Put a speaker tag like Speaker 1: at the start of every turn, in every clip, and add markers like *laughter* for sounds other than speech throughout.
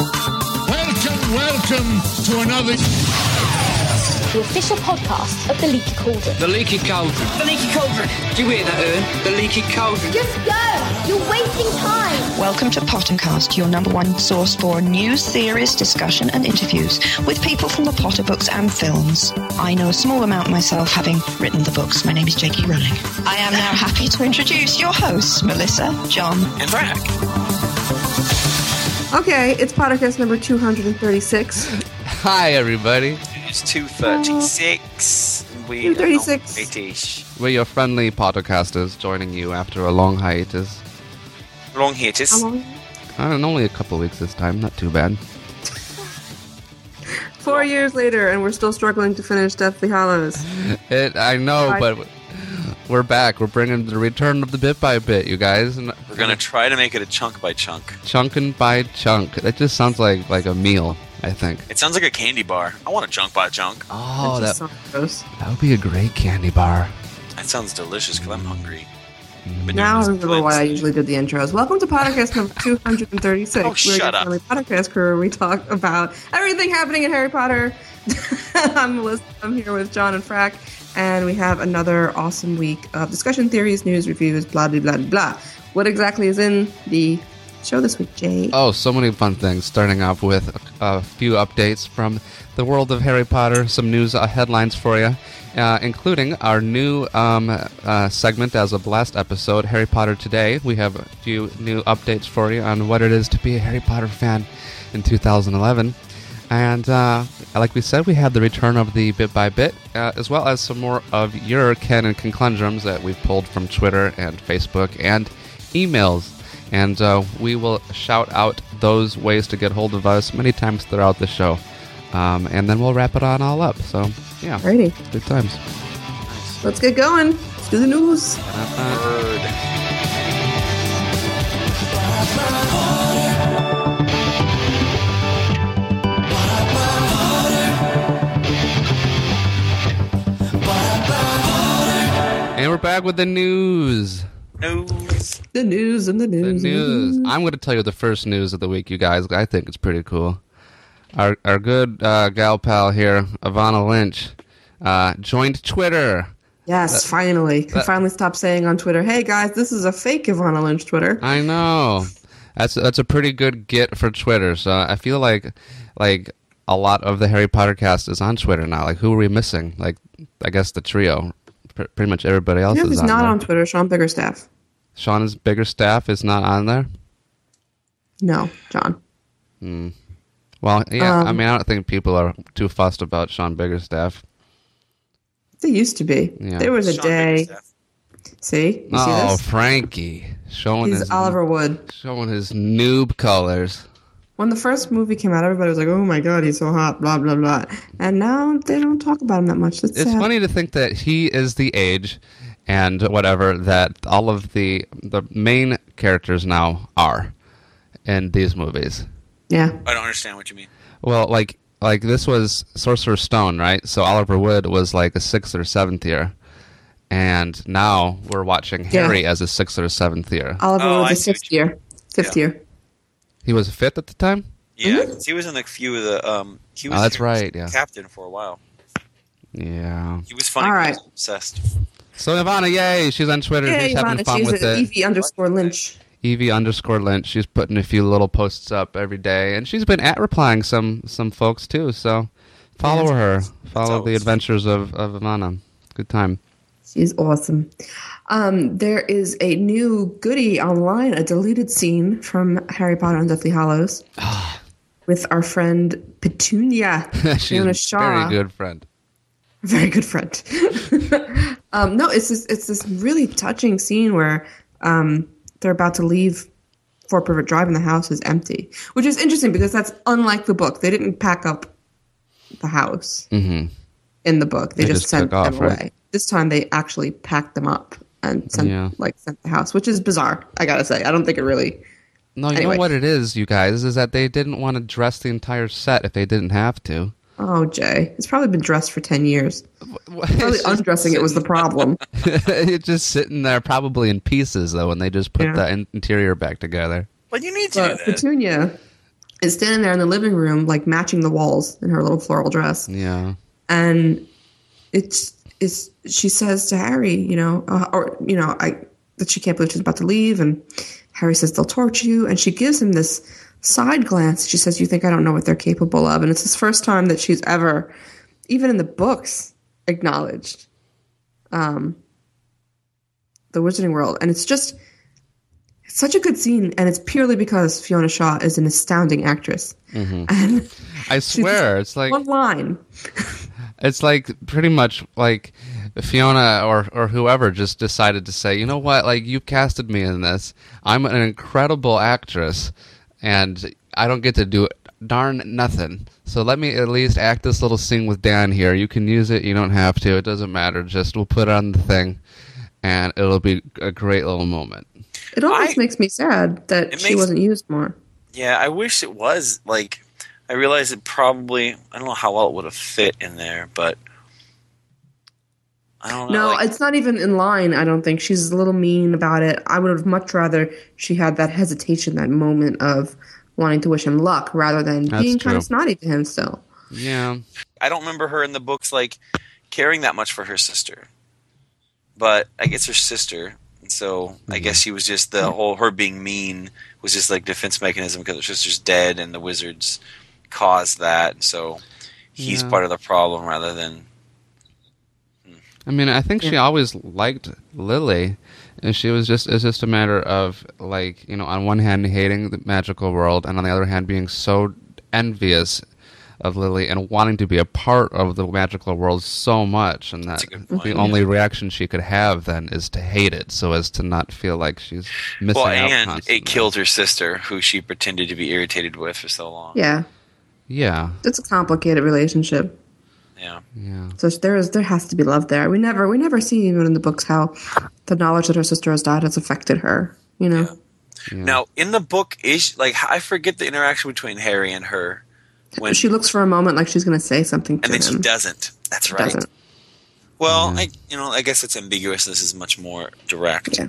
Speaker 1: Welcome, welcome to another.
Speaker 2: the official podcast of the Leaky Cauldron.
Speaker 3: The leaky cauldron. The leaky cauldron. Do you hear that, Ern? The leaky cauldron.
Speaker 4: Just go! You're wasting time!
Speaker 5: Welcome to Pot and Cast, your number one source for news, theories, discussion, and interviews with people from the Potter books and films. I know a small amount myself, having written the books. My name is Jakey Rowling. I am now *laughs* happy to introduce your hosts, Melissa, John,
Speaker 6: Okay, it's podcast number 236.
Speaker 7: Hi, everybody.
Speaker 8: It's 236. We are
Speaker 6: 236.
Speaker 8: not British.
Speaker 7: We're your friendly podcasters joining you after a long hiatus.
Speaker 8: Wrong here, it is.
Speaker 6: How long?
Speaker 7: I don't know, only a couple weeks this time, not too bad.
Speaker 6: Four years later, and we're still struggling to finish Deathly Hollows.
Speaker 7: It, I know,
Speaker 6: Hi.
Speaker 7: but we're back. We're bringing the return of the bit by bit, you guys. And
Speaker 8: We're gonna try to make it a chunk by chunk.
Speaker 7: chunking by chunk. That just sounds like like a meal. I think.
Speaker 8: It sounds like a candy bar. I want a chunk by chunk.
Speaker 7: Oh,
Speaker 6: That just
Speaker 7: that,
Speaker 6: sounds gross.
Speaker 7: that would be a great candy bar.
Speaker 8: That sounds delicious because I'm hungry. I've been
Speaker 6: Now I
Speaker 8: doing this
Speaker 6: remember why I
Speaker 8: since-
Speaker 6: usually did the intros. Welcome to podcast number 236.
Speaker 8: Oh,
Speaker 6: We're
Speaker 8: shut
Speaker 6: your
Speaker 8: up.
Speaker 6: friendly podcast crew. where We talk about everything happening in Harry Potter. *laughs* I'm Melissa. I'm here with John and Frack, and we have another awesome week of discussion theories, news, reviews, blah, blah, blah, blah. What exactly is in the show this week, Jay?
Speaker 7: Oh, so many fun things. Starting off with a, a few updates from the world of Harry Potter, some news uh, headlines for you, uh, including our new um, uh, segment as of last episode, Harry Potter Today. We have a few new updates for you on what it is to be a Harry Potter fan in 2011. And uh, like we said, we have the return of the bit by bit, uh, as well as some more of your canon conclundrums that we've pulled from Twitter and Facebook and emails and uh, we will shout out those ways to get hold of us many times throughout the show. Um, and then we'll wrap it on all up. So, yeah,
Speaker 6: Alrighty,
Speaker 7: good times.
Speaker 6: let's get going. Let's do the news.
Speaker 7: And we're back with the news.
Speaker 8: News.
Speaker 6: The news and the
Speaker 7: The
Speaker 6: news.
Speaker 7: news. I'm going to tell you the first news of the week, you guys. I think it's pretty cool. Our, our good uh, gal pal here, Ivana Lynch, uh, joined Twitter.
Speaker 6: Yes, finally. Can finally stop saying on Twitter, hey guys, this is a fake Ivana Lynch Twitter.
Speaker 7: I know. That's that's a pretty good get for Twitter. So I feel like like a lot of the Harry Potter cast is on Twitter now. Like who are we missing? Like I guess the trio. Pr- pretty much everybody else
Speaker 6: You know who's
Speaker 7: is on.
Speaker 6: not
Speaker 7: there.
Speaker 6: on Twitter? Sean Biggerstaff.
Speaker 7: Shauna's bigger staff is not on there.
Speaker 6: No, John.
Speaker 7: Well, yeah. I
Speaker 6: Um,
Speaker 7: mean, I don't think people are too fussed about Sean Biggerstaff.
Speaker 6: They used to be.
Speaker 7: Yeah.
Speaker 6: There was a
Speaker 8: Sean
Speaker 6: day.
Speaker 8: Biggerstaff.
Speaker 6: See? You
Speaker 7: Oh,
Speaker 6: see
Speaker 7: Frankie showing
Speaker 6: this? He's
Speaker 7: his
Speaker 6: Oliver Wood.
Speaker 7: showing his noob colors.
Speaker 6: When the first movie came out, everybody was like, oh my god, he's so hot, blah, blah, blah. And now they don't talk about him that much. That's
Speaker 7: it's
Speaker 6: sad.
Speaker 7: funny to think that he is the age and whatever that all of the the main characters now are in these movies.
Speaker 6: Yeah.
Speaker 8: I don't understand what you mean.
Speaker 7: Well, like like this was Sorcerer's Stone, right? So Oliver Wood was like a sixth or seventh year. And now we're watching
Speaker 6: Yeah.
Speaker 7: Harry as a sixth or seventh year.
Speaker 6: Oliver
Speaker 8: Oh,
Speaker 6: Wood's
Speaker 8: I
Speaker 6: a
Speaker 8: see what
Speaker 6: sixth
Speaker 8: you-
Speaker 6: year. Fifth
Speaker 8: Yeah.
Speaker 6: year.
Speaker 7: He was fifth at the time?
Speaker 8: Yeah, 'cause he was in a few of the. Um, he was
Speaker 7: Oh, that's
Speaker 8: he was
Speaker 7: right, yeah.
Speaker 8: Captain for a while.
Speaker 7: Yeah.
Speaker 8: He was funny.
Speaker 6: All
Speaker 8: All
Speaker 6: right.
Speaker 8: right. obsessed.
Speaker 7: So Ivana, yay, she's on Twitter.
Speaker 6: Yeah,
Speaker 7: she's having
Speaker 6: Ivana,
Speaker 7: fun
Speaker 6: she's
Speaker 7: with
Speaker 6: an
Speaker 7: it.
Speaker 6: Evie underscore Lynch.
Speaker 7: Evie underscore Lynch. She's putting a few little posts up every day, and she's been at replying some some folks too. So follow her, follow the
Speaker 8: always-
Speaker 7: adventures of of Ivana. Good time. *laughs*
Speaker 6: She's awesome. Um, there is a new goodie online, a deleted scene from Harry Potter and Deathly Hollows with our friend Petunia.
Speaker 7: Ah. *laughs* she's
Speaker 6: Fiona
Speaker 7: a
Speaker 6: Shaw.
Speaker 7: very good friend.
Speaker 6: *laughs* Very good friend. um, no, it's this, it's this really touching scene where um, they're about to leave Fort Privet Drive and the house is empty, which is interesting because that's unlike the book. They didn't pack up the house
Speaker 7: Mhm.
Speaker 6: in the book. They,
Speaker 7: They
Speaker 6: just,
Speaker 7: just
Speaker 6: sent
Speaker 7: took off,
Speaker 6: them away.
Speaker 7: right?
Speaker 6: This time they actually packed them up and sent
Speaker 7: Yeah.
Speaker 6: like sent the house, which is bizarre. I gotta say, I don't think it really.
Speaker 7: No, you
Speaker 6: Anyway.
Speaker 7: know what it is, you guys, is that they didn't want to dress the entire set if they didn't have to.
Speaker 6: Oh, Jay, it's probably been dressed for ten years. Probably
Speaker 7: *laughs*
Speaker 6: undressing it was the problem.
Speaker 7: it's just sitting there, probably in pieces though, and they just put
Speaker 6: Yeah.
Speaker 7: the in- interior back together.
Speaker 8: Well, you need to
Speaker 6: But
Speaker 8: do that.
Speaker 6: Petunia is standing there in the living room, like matching the walls in her little floral dress,
Speaker 7: Yeah,
Speaker 6: and it's it's. She says to Harry, you know, uh, or you know, I that she can't believe she's about to leave, and Harry says they'll torture you, and she gives him this side glance. She says, "You think I don't know what they're capable of?" And it's his first time that she's ever, even in the books, acknowledged. Um, the Wizarding World, and it's just it's such a good scene, and it's purely because Fiona Shaw is an astounding actress. And *laughs*
Speaker 7: I swear, Mm-hmm. it's like
Speaker 6: one line,
Speaker 7: It's like pretty much like Fiona or or whoever just decided to say, you know what, like you casted me in this. I'm an incredible actress, and I don't get to do darn nothing. So let me at least act this little scene with Dan here. You can use it. You don't have to. It doesn't matter. Just we'll put on the thing, and it'll be a great little moment.
Speaker 6: it almost
Speaker 8: I-
Speaker 6: makes me sad that
Speaker 8: It
Speaker 6: she
Speaker 8: makes-
Speaker 6: wasn't used more.
Speaker 8: Yeah, I wish it was like. I realize it probably. I don't know how well it would have fit in there, but I don't know.
Speaker 6: No,
Speaker 8: like-
Speaker 6: it's not even in line. I don't think she's a little mean about it. I would have much rather she had that hesitation, that moment of wanting to wish him luck, rather than
Speaker 7: That's
Speaker 6: being kind
Speaker 7: true.
Speaker 6: of snotty to him. Still,
Speaker 7: Yeah,
Speaker 8: I don't remember her in the books like caring that much for her sister. But I guess her sister, and so I guess she was just the whole her being mean was just like defense mechanism because her sister's dead and the wizards caused that, and so he's
Speaker 7: Yeah.
Speaker 8: part of the problem rather than
Speaker 7: I mean, I think she always liked Lily, and she was just it's just a matter of like you know, on one hand hating the magical world, and on the other hand being so envious of Lily and wanting to be a part of the magical world so much, and that
Speaker 8: a good point,
Speaker 7: the
Speaker 8: yeah.
Speaker 7: only reaction she could have then is to hate it, so as to not feel like she's missing
Speaker 8: well,
Speaker 7: out.
Speaker 8: and
Speaker 7: constantly.
Speaker 8: it killed her sister, who she pretended to be irritated with for so long.
Speaker 6: yeah,
Speaker 7: Yeah,
Speaker 6: it's a complicated relationship.
Speaker 8: Yeah.
Speaker 7: yeah,
Speaker 6: So there is there has to be love there. We never we never see even in the books how the knowledge that her sister has died has affected her. You know,
Speaker 7: yeah.
Speaker 8: Now in the book is like I forget the interaction between Harry and her when
Speaker 6: she looks for a moment like she's going to say something to
Speaker 8: and then she
Speaker 6: him.
Speaker 8: doesn't. That's right.
Speaker 6: Doesn't.
Speaker 8: Well, I you know I guess it's ambiguous. This is much more direct.
Speaker 6: Yeah.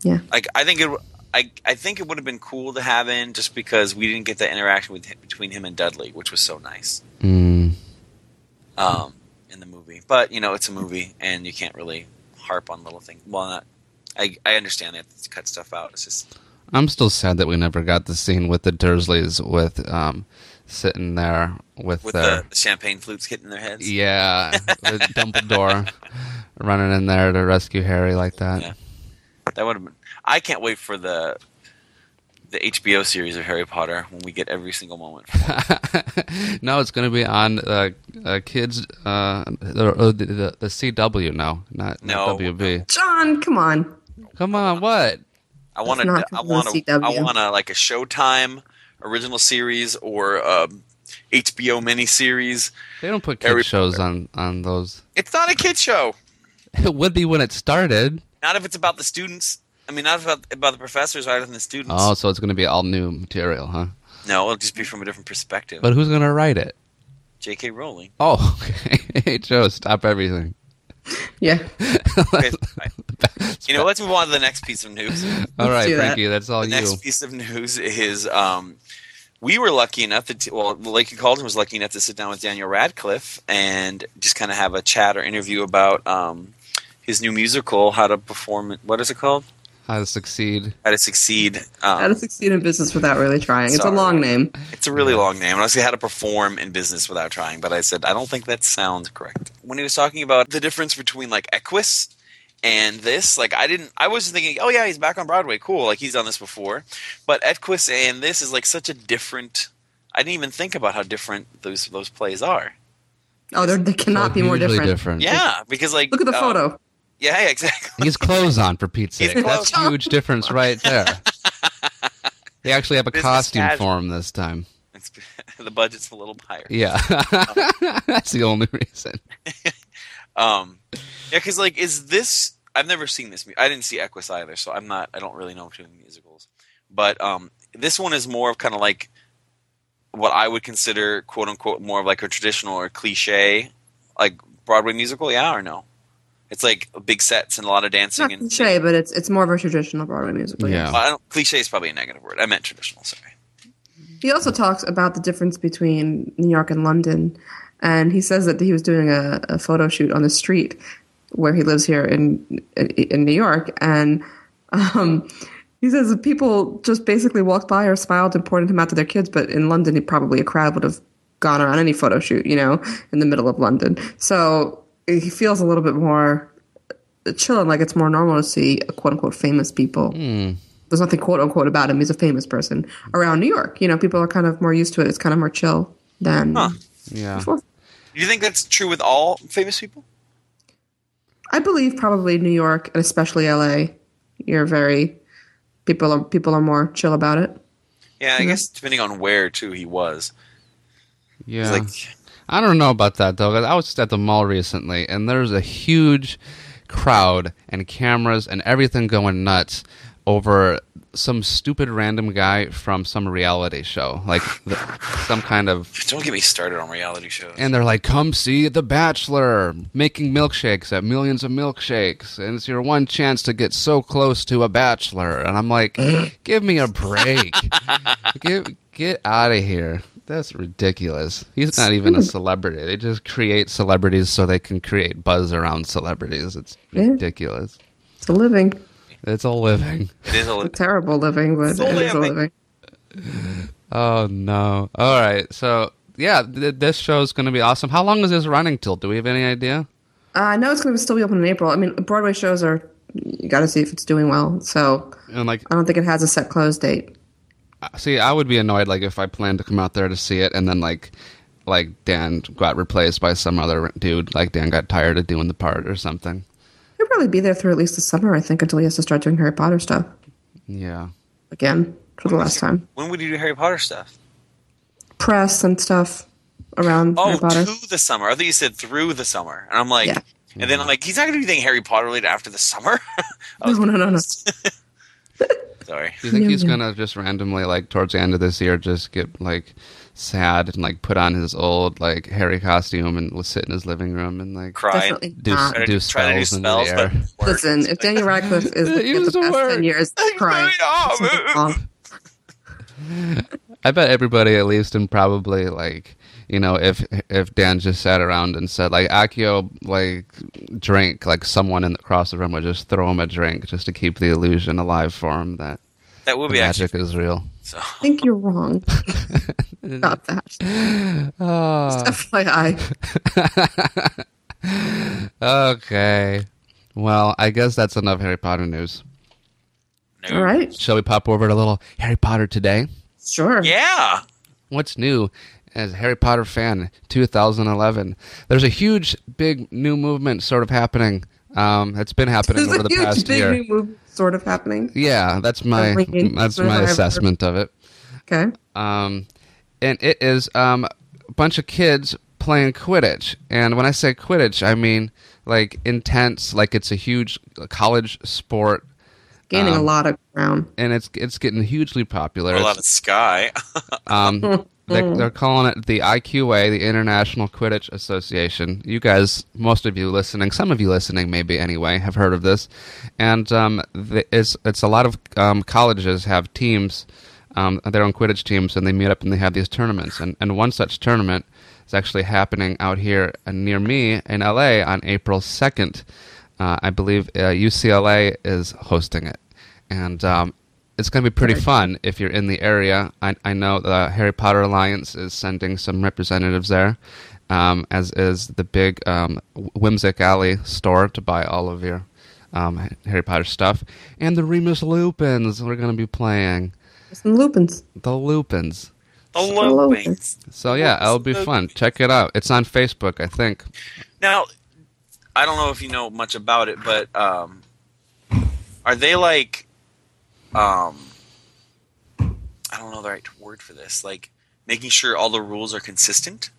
Speaker 6: Yeah.
Speaker 8: Like I think it. w- I, I think it would have been cool to have in just because we didn't get that interaction with him, between him and Dudley, which was so nice
Speaker 7: Mm.
Speaker 8: um, in the movie. But you know, it's a movie, and you can't really harp on little things. Well, not, I I understand they have to cut stuff out. It's just
Speaker 7: I'm still sad that we never got the scene with the Dursleys with um, sitting there with,
Speaker 8: with
Speaker 7: their
Speaker 8: the, the champagne flutes hitting their heads. *laughs*
Speaker 7: Yeah, with Dumbledore running in there to rescue Harry like that.
Speaker 8: Yeah. That would have been. I can't wait for the the HBO series of Harry Potter when we get every single moment.
Speaker 7: *laughs* no, it's going to be on uh, uh, kids, uh, the, uh, the, the, the CW now, not,
Speaker 8: No.
Speaker 7: not WB.
Speaker 6: John, come on.
Speaker 7: Come on, what?
Speaker 8: I want
Speaker 6: It's
Speaker 8: to.
Speaker 6: not
Speaker 8: I
Speaker 6: from
Speaker 8: want to.
Speaker 6: CW.
Speaker 8: I want to like a Showtime original series or um, HBO miniseries.
Speaker 7: They don't put kids
Speaker 8: Harry
Speaker 7: shows on, on those.
Speaker 8: It's not a kid show.
Speaker 7: *laughs* It would be when it started.
Speaker 8: Not if it's about the students. I mean, not about about the professors rather than the students.
Speaker 7: Oh, so it's going to be all new material, huh?
Speaker 8: No, it'll just be from a different perspective.
Speaker 7: But who's going to write it?
Speaker 8: J.K.
Speaker 7: *laughs*
Speaker 8: Rowling.
Speaker 7: Oh, okay. hey, Joe, stop everything.
Speaker 6: Yeah.
Speaker 8: Okay, fine. you know, let's move on to the next piece of news.
Speaker 7: All right,
Speaker 6: do that.
Speaker 7: Frankie, that's all
Speaker 8: the
Speaker 7: you.
Speaker 8: next piece of news is um, we were lucky enough to well Lakey Calden was lucky enough to sit down with Daniel Radcliffe and just kind of have a chat or interview about um, his new musical how to perform what is it called
Speaker 7: How to succeed.
Speaker 8: how to succeed
Speaker 6: How to
Speaker 8: um,
Speaker 6: succeed in business without really trying. It's
Speaker 8: Sorry.
Speaker 6: a long name.
Speaker 8: it's a really long name and I was how to perform in business without trying but I said I don't think that sounds correct when he was talking about the difference between like Equus and this like i didn't i was thinking oh yeah he's back on broadway cool like he's done this before but Edquist and this is like such a different i didn't even think about how different those those plays are
Speaker 6: Oh, they're- they cannot be more
Speaker 7: Hugely
Speaker 6: different.
Speaker 8: yeah because like
Speaker 6: Look at the
Speaker 8: uh,
Speaker 6: photo.
Speaker 8: yeah *laughs* yeah, exactly
Speaker 7: He's clothes on for Pete's
Speaker 8: He's
Speaker 7: sake. That's
Speaker 8: clothes on.
Speaker 7: huge difference right
Speaker 8: *laughs*
Speaker 7: there. They actually have a
Speaker 8: Business
Speaker 7: costume
Speaker 8: casual.
Speaker 7: for him this time.
Speaker 8: It's- *laughs* the budget's a little higher
Speaker 7: Yeah, *laughs* that's the only
Speaker 8: *laughs*
Speaker 7: reason.
Speaker 8: um yeah because like is this i've never seen this mu- i didn't see equus either so i'm not i don't really know if doing musicals but um this one is more of kind of like what I would consider quote unquote more of like a traditional or cliche like Broadway musical? Yeah or no? It's like big sets and a lot of
Speaker 6: It's
Speaker 8: dancing
Speaker 6: not
Speaker 8: and
Speaker 6: cliche, but it's it's more of a traditional Broadway musical. yes.
Speaker 7: Yeah.
Speaker 8: Well, I don't, cliche is probably a negative word. I meant traditional. Sorry.
Speaker 6: He also talks about the difference between New York and London, and he says that he was doing a, a photo shoot on the street where he lives here in in, in New York, and um, he says that people just basically walked by or smiled and pointed him out to their kids, but in London, he probably a crowd would have gone on any photo shoot, you know, in the middle of London. So he feels a little bit more chilling, like it's more normal to see quote unquote famous people there's nothing quote unquote about him. He's a famous person around New York. You know, people are kind of more used to it. It's kind of more chill than
Speaker 8: Huh.
Speaker 7: Yeah.
Speaker 6: before.
Speaker 8: Do you think that's true with all famous people?
Speaker 6: I believe probably New York and especially LA. You're very people are people are more chill about it.
Speaker 8: Yeah, I guess depending on where too he was.
Speaker 7: Yeah.
Speaker 8: It's like
Speaker 7: I don't know about that though. 'cause I was just at the mall recently, and there's a huge crowd and cameras and everything going nuts over some stupid random guy from some reality show, like the, some kind of.
Speaker 8: don't get me started on reality shows.
Speaker 7: And they're like, "Come see The Bachelor making milkshakes at millions of milkshakes, and it's your one chance to get so close to a bachelor." And I'm like, "Give me a break! get get out of here! That's ridiculous. He's not even a celebrity. They just create celebrities so they can create buzz around celebrities. It's
Speaker 6: Yeah.
Speaker 7: ridiculous.
Speaker 6: It's a living,
Speaker 7: It's a living.
Speaker 8: it is a
Speaker 6: a
Speaker 8: li-
Speaker 6: terrible living, but
Speaker 8: It's a
Speaker 6: it is a
Speaker 8: living.
Speaker 6: living.
Speaker 7: Oh no! All right, so." Yeah, th- this show is going to be awesome. How long is this running till? Do we have any idea?
Speaker 6: Uh, I know it's going to still be open in April. I mean, Broadway shows are you got to see if it's doing well. So
Speaker 7: And like,
Speaker 6: I don't think it has a set close date.
Speaker 7: See, I would be annoyed like if I planned to come out there to see it and then like like Dan got replaced by some other dude, like Dan got tired of doing the part or something.
Speaker 6: He'll probably be there through at least the summer, I think, until he has to start doing Harry Potter stuff
Speaker 7: Yeah.
Speaker 6: again for the last time.
Speaker 8: when would you do Harry Potter stuff?
Speaker 6: press and stuff around
Speaker 8: Oh,
Speaker 6: Harry Potter.
Speaker 8: to the summer. I thought you said through the summer, and I'm like,
Speaker 6: Yeah.
Speaker 8: and then I'm like, he's not going to do anything Harry Potter related after the summer.
Speaker 6: *laughs*
Speaker 8: *laughs*
Speaker 6: No, *laughs* no, no, no.
Speaker 8: Sorry.
Speaker 7: Do you think
Speaker 6: Yeah,
Speaker 7: he's
Speaker 6: yeah.
Speaker 7: gonna just randomly like towards the end of this year just get like sad and like put on his old like hairy costume and sit in his living room and like
Speaker 8: Cry.
Speaker 6: Definitely
Speaker 7: do
Speaker 6: not.
Speaker 8: Try to
Speaker 7: do
Speaker 8: do, try to do
Speaker 7: spells into the
Speaker 8: spells, but
Speaker 7: air.
Speaker 8: work.
Speaker 6: Listen, if Daniel Radcliffe
Speaker 7: *laughs*
Speaker 6: is
Speaker 7: Use
Speaker 6: gets the
Speaker 7: the
Speaker 6: best
Speaker 7: word.
Speaker 6: ten years, crying.
Speaker 8: Oh,
Speaker 6: something's wrong.
Speaker 7: I bet everybody at least and probably like you know if if Dan just sat around and said like Akio like drink like someone in the across the room would just throw him a drink just to keep the illusion alive for him that
Speaker 8: that would
Speaker 7: the
Speaker 8: be actually.
Speaker 7: magic is real.
Speaker 8: So
Speaker 6: I think you're wrong
Speaker 7: *laughs*
Speaker 6: about that.
Speaker 7: Ah.
Speaker 6: Just FYI,
Speaker 7: Okay, well I guess that's enough Harry Potter news.
Speaker 8: no.
Speaker 6: all right,
Speaker 7: Shall we pop over to a little Harry Potter today?
Speaker 6: sure.
Speaker 8: Yeah.
Speaker 7: What's new as a Harry Potter fan 2011? There's a huge, big new movement sort of happening. Um, it's been happening
Speaker 6: There's
Speaker 7: over
Speaker 6: a
Speaker 7: the
Speaker 6: huge
Speaker 7: past
Speaker 6: big
Speaker 7: year.
Speaker 6: new move sort of happening.
Speaker 7: Yeah, that's my
Speaker 6: ringing
Speaker 7: that's
Speaker 6: for
Speaker 7: my
Speaker 6: whatever.
Speaker 7: assessment of it.
Speaker 6: Okay,
Speaker 7: Um, and it is um, a bunch of kids playing Quidditch. And when I say Quidditch, I mean like intense, like it's a huge college sport,
Speaker 6: gaining
Speaker 7: Um,
Speaker 6: a lot of ground.
Speaker 7: and it's it's getting hugely popular.
Speaker 8: A lot of sky. *laughs*
Speaker 7: Um, they, they're calling it the IQA, the International Quidditch Association. You guys, most of you listening, some of you listening, maybe anyway, have heard of this, and um, the, it's it's a lot of um, colleges have teams, um, their own Quidditch teams, and they meet up and they have these tournaments. And and one such tournament is actually happening out here uh, near me in LA on April second. Uh, I believe uh, UCLA is hosting it, and um, it's going to be pretty fun if you're in the area. I, I know the Harry Potter Alliance is sending some representatives there, um, as is the big um, Whimsic Alley store to buy all of your um, Harry Potter stuff. And the Remus Lupins, we're going to be playing
Speaker 6: Some lupins.
Speaker 7: the Lupins.
Speaker 8: The low wings.
Speaker 7: So yeah, it'll be fun. Check it out. It's on Facebook, I think.
Speaker 8: Now, I don't know if you know much about it, but um, are they like, um, I don't know the right word for this, like making sure all the rules are consistent?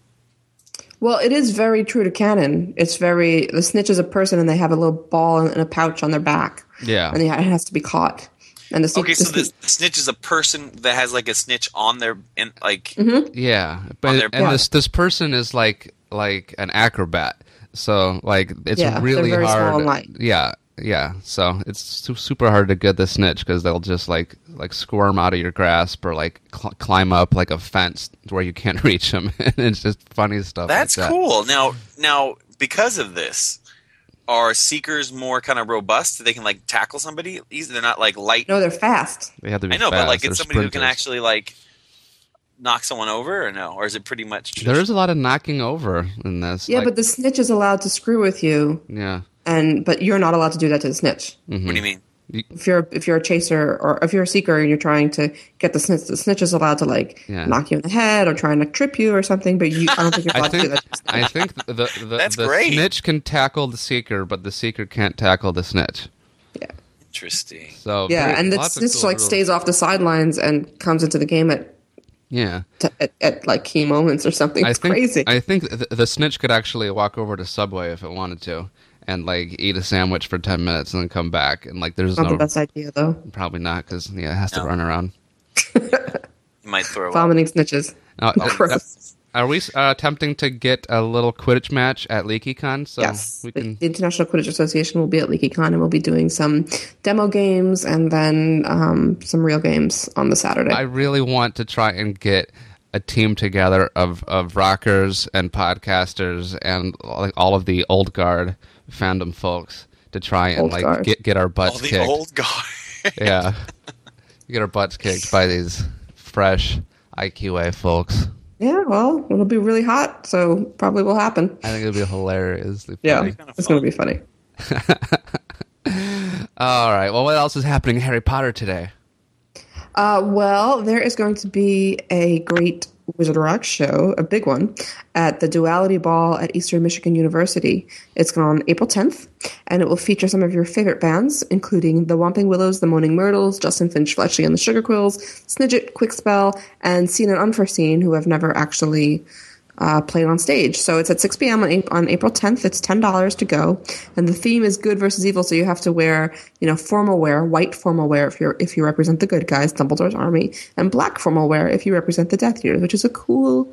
Speaker 6: Well, it is very true to canon. It's very the snitch is a person, and they have a little ball and a pouch on their back,
Speaker 7: Yeah,
Speaker 6: and they, it has to be caught. And the
Speaker 8: *laughs*
Speaker 6: sneak,
Speaker 8: Okay, so
Speaker 6: the
Speaker 8: the, the snitch is a person that has like a snitch on their in like
Speaker 7: Yeah,
Speaker 8: On
Speaker 7: but
Speaker 8: their
Speaker 7: and
Speaker 8: butt.
Speaker 7: this this person is like like an acrobat, so like it's
Speaker 6: Yeah, they're
Speaker 7: really
Speaker 6: very small
Speaker 7: hard.
Speaker 6: and light.
Speaker 7: Yeah, yeah. So it's su- super hard to get the snitch because they'll just like like squirm out of your grasp or like cl- climb up like a fence where you can't *laughs* reach them. and it's just funny stuff. like
Speaker 8: That's
Speaker 7: that.
Speaker 8: cool. Now, now because of this, are seekers more kind of robust? They can like tackle somebody. easy? They're not like light.
Speaker 6: no, they're fast.
Speaker 7: They have to be
Speaker 8: I know, but
Speaker 7: fast.
Speaker 8: like
Speaker 7: They're
Speaker 8: it's somebody who can
Speaker 7: sprinters.
Speaker 8: actually like knock someone over, or no, or is it pretty much?
Speaker 7: There is a lot of knocking over in this.
Speaker 6: Yeah,
Speaker 7: like-
Speaker 6: but the snitch is allowed to screw with you,
Speaker 7: yeah.
Speaker 6: and but you're not allowed to do that to the snitch.
Speaker 7: Mm.
Speaker 8: What do you mean?
Speaker 6: If you're if you're a chaser or if you're a seeker and you're trying to get the snitch, the snitch is allowed to like
Speaker 7: Yeah.
Speaker 6: knock you in the head or trying to trip you or something. But you, I don't think you're
Speaker 7: *laughs* I
Speaker 6: allowed to
Speaker 7: think
Speaker 6: do that.
Speaker 7: I think the the,
Speaker 8: That's
Speaker 7: the
Speaker 8: great.
Speaker 7: snitch can tackle the seeker, but the seeker can't tackle the snitch.
Speaker 8: Interesting.
Speaker 7: So
Speaker 6: Yeah,
Speaker 7: very-
Speaker 6: and the
Speaker 7: lots of
Speaker 6: snitch
Speaker 7: cool
Speaker 6: like
Speaker 7: rules.
Speaker 6: stays off the sidelines and comes into the game at
Speaker 7: Yeah,
Speaker 6: t- at, at like key moments or something.
Speaker 7: I
Speaker 6: It's
Speaker 7: think
Speaker 6: crazy.
Speaker 7: I think th- the snitch could actually walk over to Subway if it wanted to, and like eat a sandwich for ten minutes and then come back. And like, there's
Speaker 6: not the
Speaker 7: no
Speaker 6: best idea though.
Speaker 7: probably not because yeah, it has to
Speaker 8: No.
Speaker 7: run around.
Speaker 8: You might throw up.
Speaker 6: Vomiting snitches.
Speaker 7: Now, uh,
Speaker 6: Gross.
Speaker 7: are we uh, attempting to get a little Quidditch match at LeakyCon? So
Speaker 6: yes,
Speaker 7: Um, we
Speaker 6: The-
Speaker 7: can.
Speaker 6: the International Quidditch Association will be at LeakyCon and we'll be doing some demo games and then um, some real games on the Saturday.
Speaker 7: I really want to try and get a team together of, of rockers and podcasters and like all of the old guard fandom folks to try and
Speaker 6: Old
Speaker 7: like
Speaker 6: guard.
Speaker 7: get, get our butts
Speaker 8: All the
Speaker 7: kicked.
Speaker 8: old guard.
Speaker 7: yeah, get our butts kicked by these fresh IQA folks.
Speaker 6: yeah, well, it'll be really hot, so probably will happen.
Speaker 7: I think it'd be hilarious.
Speaker 6: Yeah,
Speaker 8: kinda
Speaker 6: it's going
Speaker 8: fun.
Speaker 6: to be funny.
Speaker 7: All right. Well, what else is happening in Harry Potter today?
Speaker 6: Uh, well, there is going to be a great Wizard of Rock show, a big one, at the Duality Ball at Eastern Michigan University. It's on April 10th, and it will feature some of your favorite bands, including the Whomping Willows, the Moaning Myrtles, Justin Finch Fletchley and the Sugar Quills, Snidget, Quickspell, and Seen and Unforeseen, who have never actually uh, played on stage. So it's at 6 p.m. on, A- on April 10th. It's $10 to go, and the theme is good versus evil. So you have to wear, you know, formal wear, white formal wear if you are if you represent the good guys, Dumbledore's army, and black formal wear if you represent the Death Eaters, which is a cool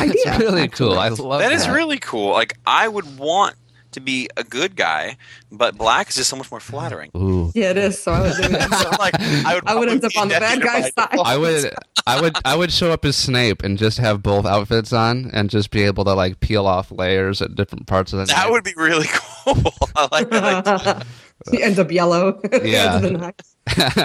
Speaker 6: idea.
Speaker 7: That's really
Speaker 6: actually.
Speaker 7: cool. I
Speaker 8: *laughs*
Speaker 7: love
Speaker 8: That is really cool. Like I would want to be a good guy, but black is just so much more flattering.
Speaker 7: Ooh.
Speaker 6: Yeah, it is. So I was doing that.
Speaker 8: So I'm like I would.
Speaker 6: *laughs* I would
Speaker 8: probably
Speaker 6: end up
Speaker 8: be
Speaker 6: on
Speaker 8: *laughs*
Speaker 6: the bad
Speaker 8: deaf
Speaker 6: guy's
Speaker 8: by
Speaker 6: side. *laughs*
Speaker 7: I would, I would, I would show up as Snape and just have both outfits on, and just be able to like peel off layers at different parts of the.
Speaker 8: That
Speaker 7: night.
Speaker 8: would be really *laughs* cool. I like that. idea.
Speaker 6: He ends up yellow. *laughs*
Speaker 7: Yeah.
Speaker 6: Ends up